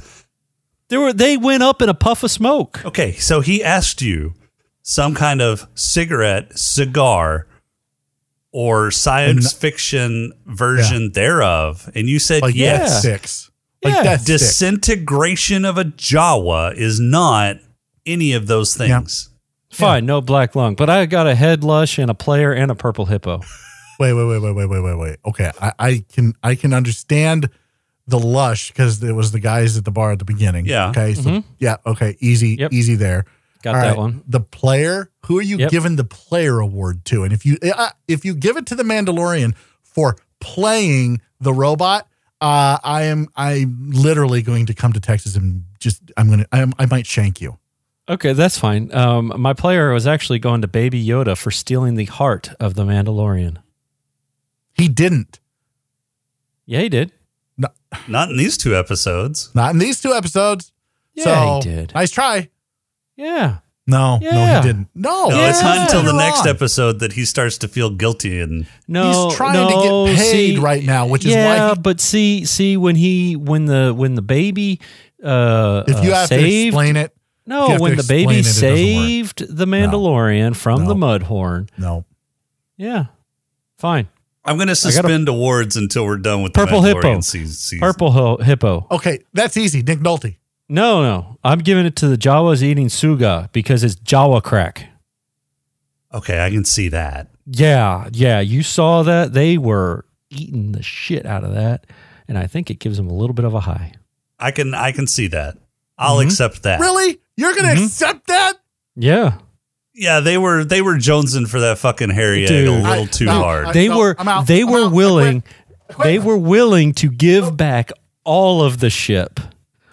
They were. They went up in a puff of smoke. okay. So he asked you some kind of cigarette, cigar, or science fiction version thereof, and you said Like yes. that's six. Like Yeah. that's six. Disintegration of a Jawa is not any of those Yeah. things. Fine. No black lung. But I got a head lush and a player and a purple hippo. Wait, wait, wait, wait, wait, wait, wait, wait. Okay, I, I can I can understand the lush because it was the guys at the bar at the beginning. Yeah. Okay. So, Yeah. Okay. Easy. Mm-hmm. Yep. Easy there. Got All that right, one. The player. Who are you Yep. giving the player award to? And if you uh, if you give it to the Mandalorian for playing the robot, uh, I am I'm literally going to come to Texas and just I'm gonna I, I might shank you. Okay, that's fine. Um, my player was actually going to Baby Yoda for stealing the heart of the Mandalorian. He didn't. Yeah, he did. Not in these two episodes. Not in these two episodes. Yeah, so, he did. Nice try. Yeah. No, no, Yeah. he didn't. No, No, it's not Oh, Yeah. until the You're next wrong. episode that he starts to feel guilty and No, He's trying to get no, paid see, right now, which is yeah, why he- but see, see when he when the when the baby uh, If you uh, have to saved, explain it, if you no, have when to the explain baby it, it doesn't work. saved the Mandalorian from the No. Mudhorn, no. yeah, fine, I'm going to suspend awards until we're done with Purple the Hippo. Mandalorian se- season. purple ho- hippo. Okay, that's easy. Nick Nolte. No, no, I'm giving it to the Jawas eating suga because it's Jawa crack. Okay, I can see that. Yeah, yeah. You saw that. They were eating the shit out of that. And I think it gives them a little bit of a high. I can I can see that. I'll Mm-hmm. accept that. Really? You're gonna Mhm. accept that? Yeah. Yeah, they were they were jonesing for that fucking hairy egg Dude. a little I- too no, hard. I- They no, were I'm out. they I'm were out. I quit. willing I quit. they were willing to give back all of the ship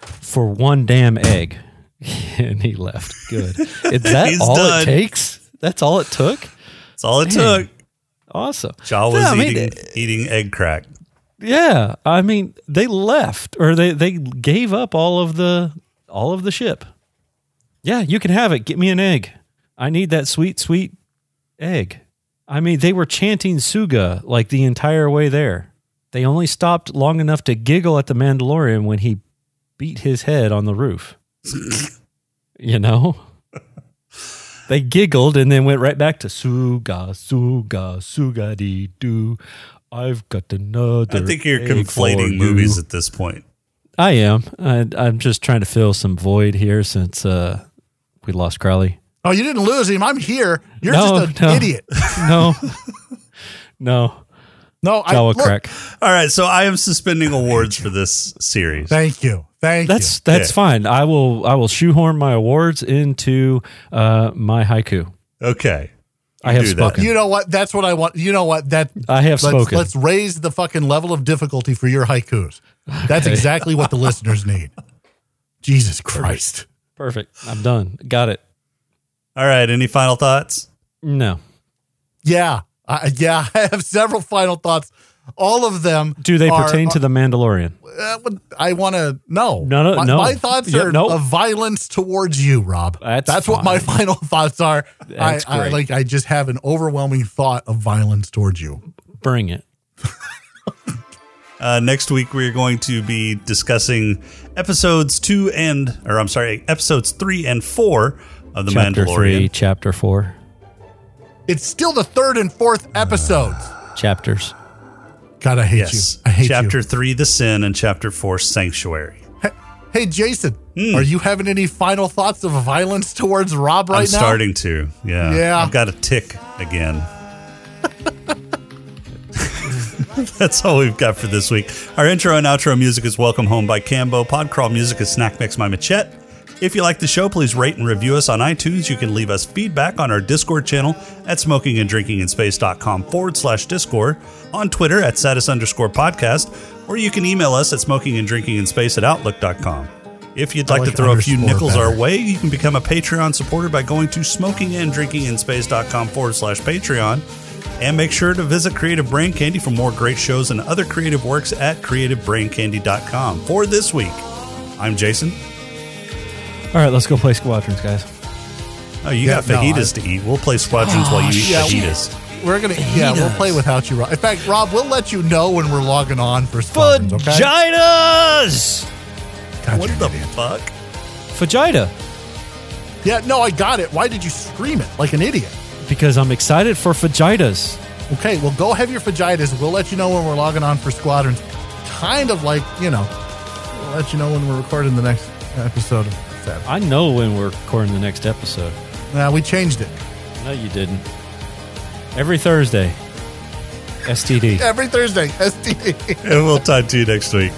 for one damn egg. and he left. Good. Is that He's all done. it takes? That's all it took? That's all it Dang. took. Awesome. Jaw was Yeah, I mean, eating eating egg crack. Yeah. I mean, they left or they, they gave up all of the all of the ship. Yeah, you can have it. Get me an egg. I need that sweet, sweet egg. I mean, they were chanting Suga like the entire way there. They only stopped long enough to giggle at the Mandalorian when he beat his head on the roof. you know? They giggled and then went right back to Suga, Suga, Suga dee doo. I've got another. I think you're egg for conflating you." movies at this point. I am. I, I'm just trying to fill some void here since uh, we lost Crowley. Oh, you didn't lose him. I'm here. You're No, just an no. idiot. No, no. No, I Jaw will look, crack. All right, so I am suspending awards for this series. Thank you. Thank That's you. that's Yeah. fine. I will I will shoehorn my awards into uh, my haiku. Okay. I have do that. spoken. You know what? That's what I want. You know what? That I have let's, spoken. Let's raise the fucking level of difficulty for your haikus. That's exactly what the listeners need. Jesus Christ. Perfect. I'm done. Got it. All right, any final thoughts? No. Yeah. I, yeah. I have several final thoughts. All of them. Do they are- pertain to the Mandalorian? Uh, what- I want to know. No, no, my, no. My thoughts Yeah, are nope. of violence towards you, Rob. That's what my fine. final thoughts are. I, That's I great. like. I just have an overwhelming thought of violence towards you. Bring it. Uh, next week we are going to be discussing episodes two and, or I'm sorry, episodes three and four of the chapter Mandalorian. three, chapter four, It's still the third and fourth Uh, episodes. chapters. God, I hate Yes, you. I hate chapter you. three, the sin, and chapter four, sanctuary. Hey, Jason, Hmm. are you having any final thoughts of violence towards Rob right I'm now? starting to. Yeah. Yeah. I've got a tick again. That's all we've got for this week. Our intro and outro music is Welcome Home by Cambo. Podcrawl music is Snack Mix by Machette. If you like the show, please rate and review us on iTunes. You can leave us feedback on our Discord channel at smokinganddrinkinginspace.com forward slash Discord, on Twitter at status underscore podcast, or you can email us at smokinganddrinkinginspace at outlook.com. If you'd like, like to throw a few underscore nickels better. our way, you can become a Patreon supporter by going to smokinganddrinkinginspace.com forward slash Patreon. And make sure to visit Creative Brain Candy for more great shows and other creative works at creativebraincandy.com. For this week, I'm Jason. All right, let's go play squadrons, guys. Oh, you Yeah, got no, fajitas to eat. We'll play squadrons while you eat yeah. fajitas. We're gonna, yeah, we'll play without you, Rob. In fact, Rob, we'll let you know when we're logging on for Spartans, okay? Vaginas. God, What you're an the idiot. fuck? Vagina. Yeah, no, I got it. Why did you scream it like an idiot? Because I'm excited for vaginas. Okay, well, go have your fajitas. We'll let you know when we're logging on for squadrons. Kind of like, you know, we'll let you know when we're recording the next episode of Savage. I know when we're recording the next episode. Nah, we changed it. No, you didn't. Every Thursday. STD. Every Thursday, STD. And we'll talk to you next week.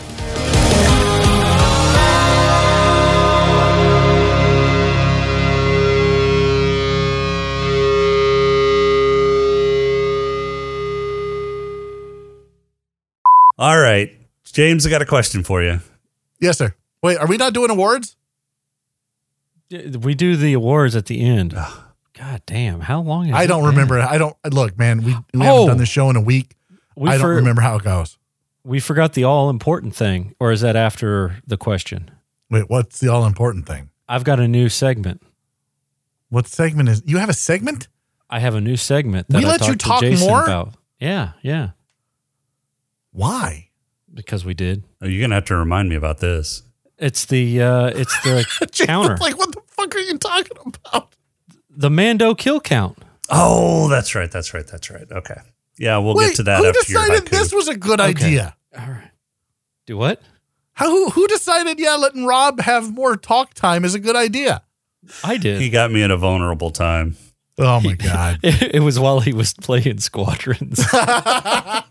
All right. James, I got a question for you. yes, sir. Wait, are we not doing awards? We do the awards at the end. God damn! How long? Has I it don't been? remember. I don't. Look, man, we, we haven't Oh. done this show in a week. We I don't for- remember how it goes. We forgot the all important thing, or is that after the question? Wait, what's the all important thing? I've got a new segment. What segment is? You have a segment? I have a new segment that We I let you talked talk to Jason more? about. Yeah, yeah, Why? because we did. Oh, you're going to have to remind me about this. It's the uh it's the Jason's counter, Like, what the fuck are you talking about? the Mando kill count. Oh, that's right. That's right. That's right. Okay. Yeah, we'll Wait, get to that who after your decided haiku. this was a good idea? All right. Do what? How who, who decided? Yeah, letting Rob have more talk time is a good idea. I He did. got me at a vulnerable time. Oh my god! It was while he was playing squadrons.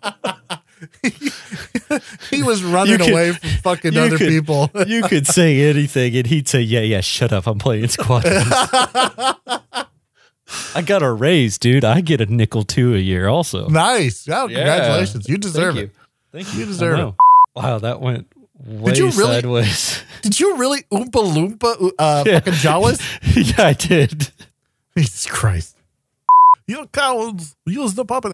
He was running You could- away from fucking you other could- people. you could say anything and he'd say, Yeah, yeah, shut up. I'm playing squadrons. I got a raise, dude. I get a nickel two a year also. nice. Oh, Yeah. congratulations! You deserve Thank it. you. Thank you. You deserve I know. Wow, that went way you really- sideways. Did you really oompa loompa uh, Yeah. fucking Jawas? yeah, I did. Jesus Christ! You cowards! Use the puppet.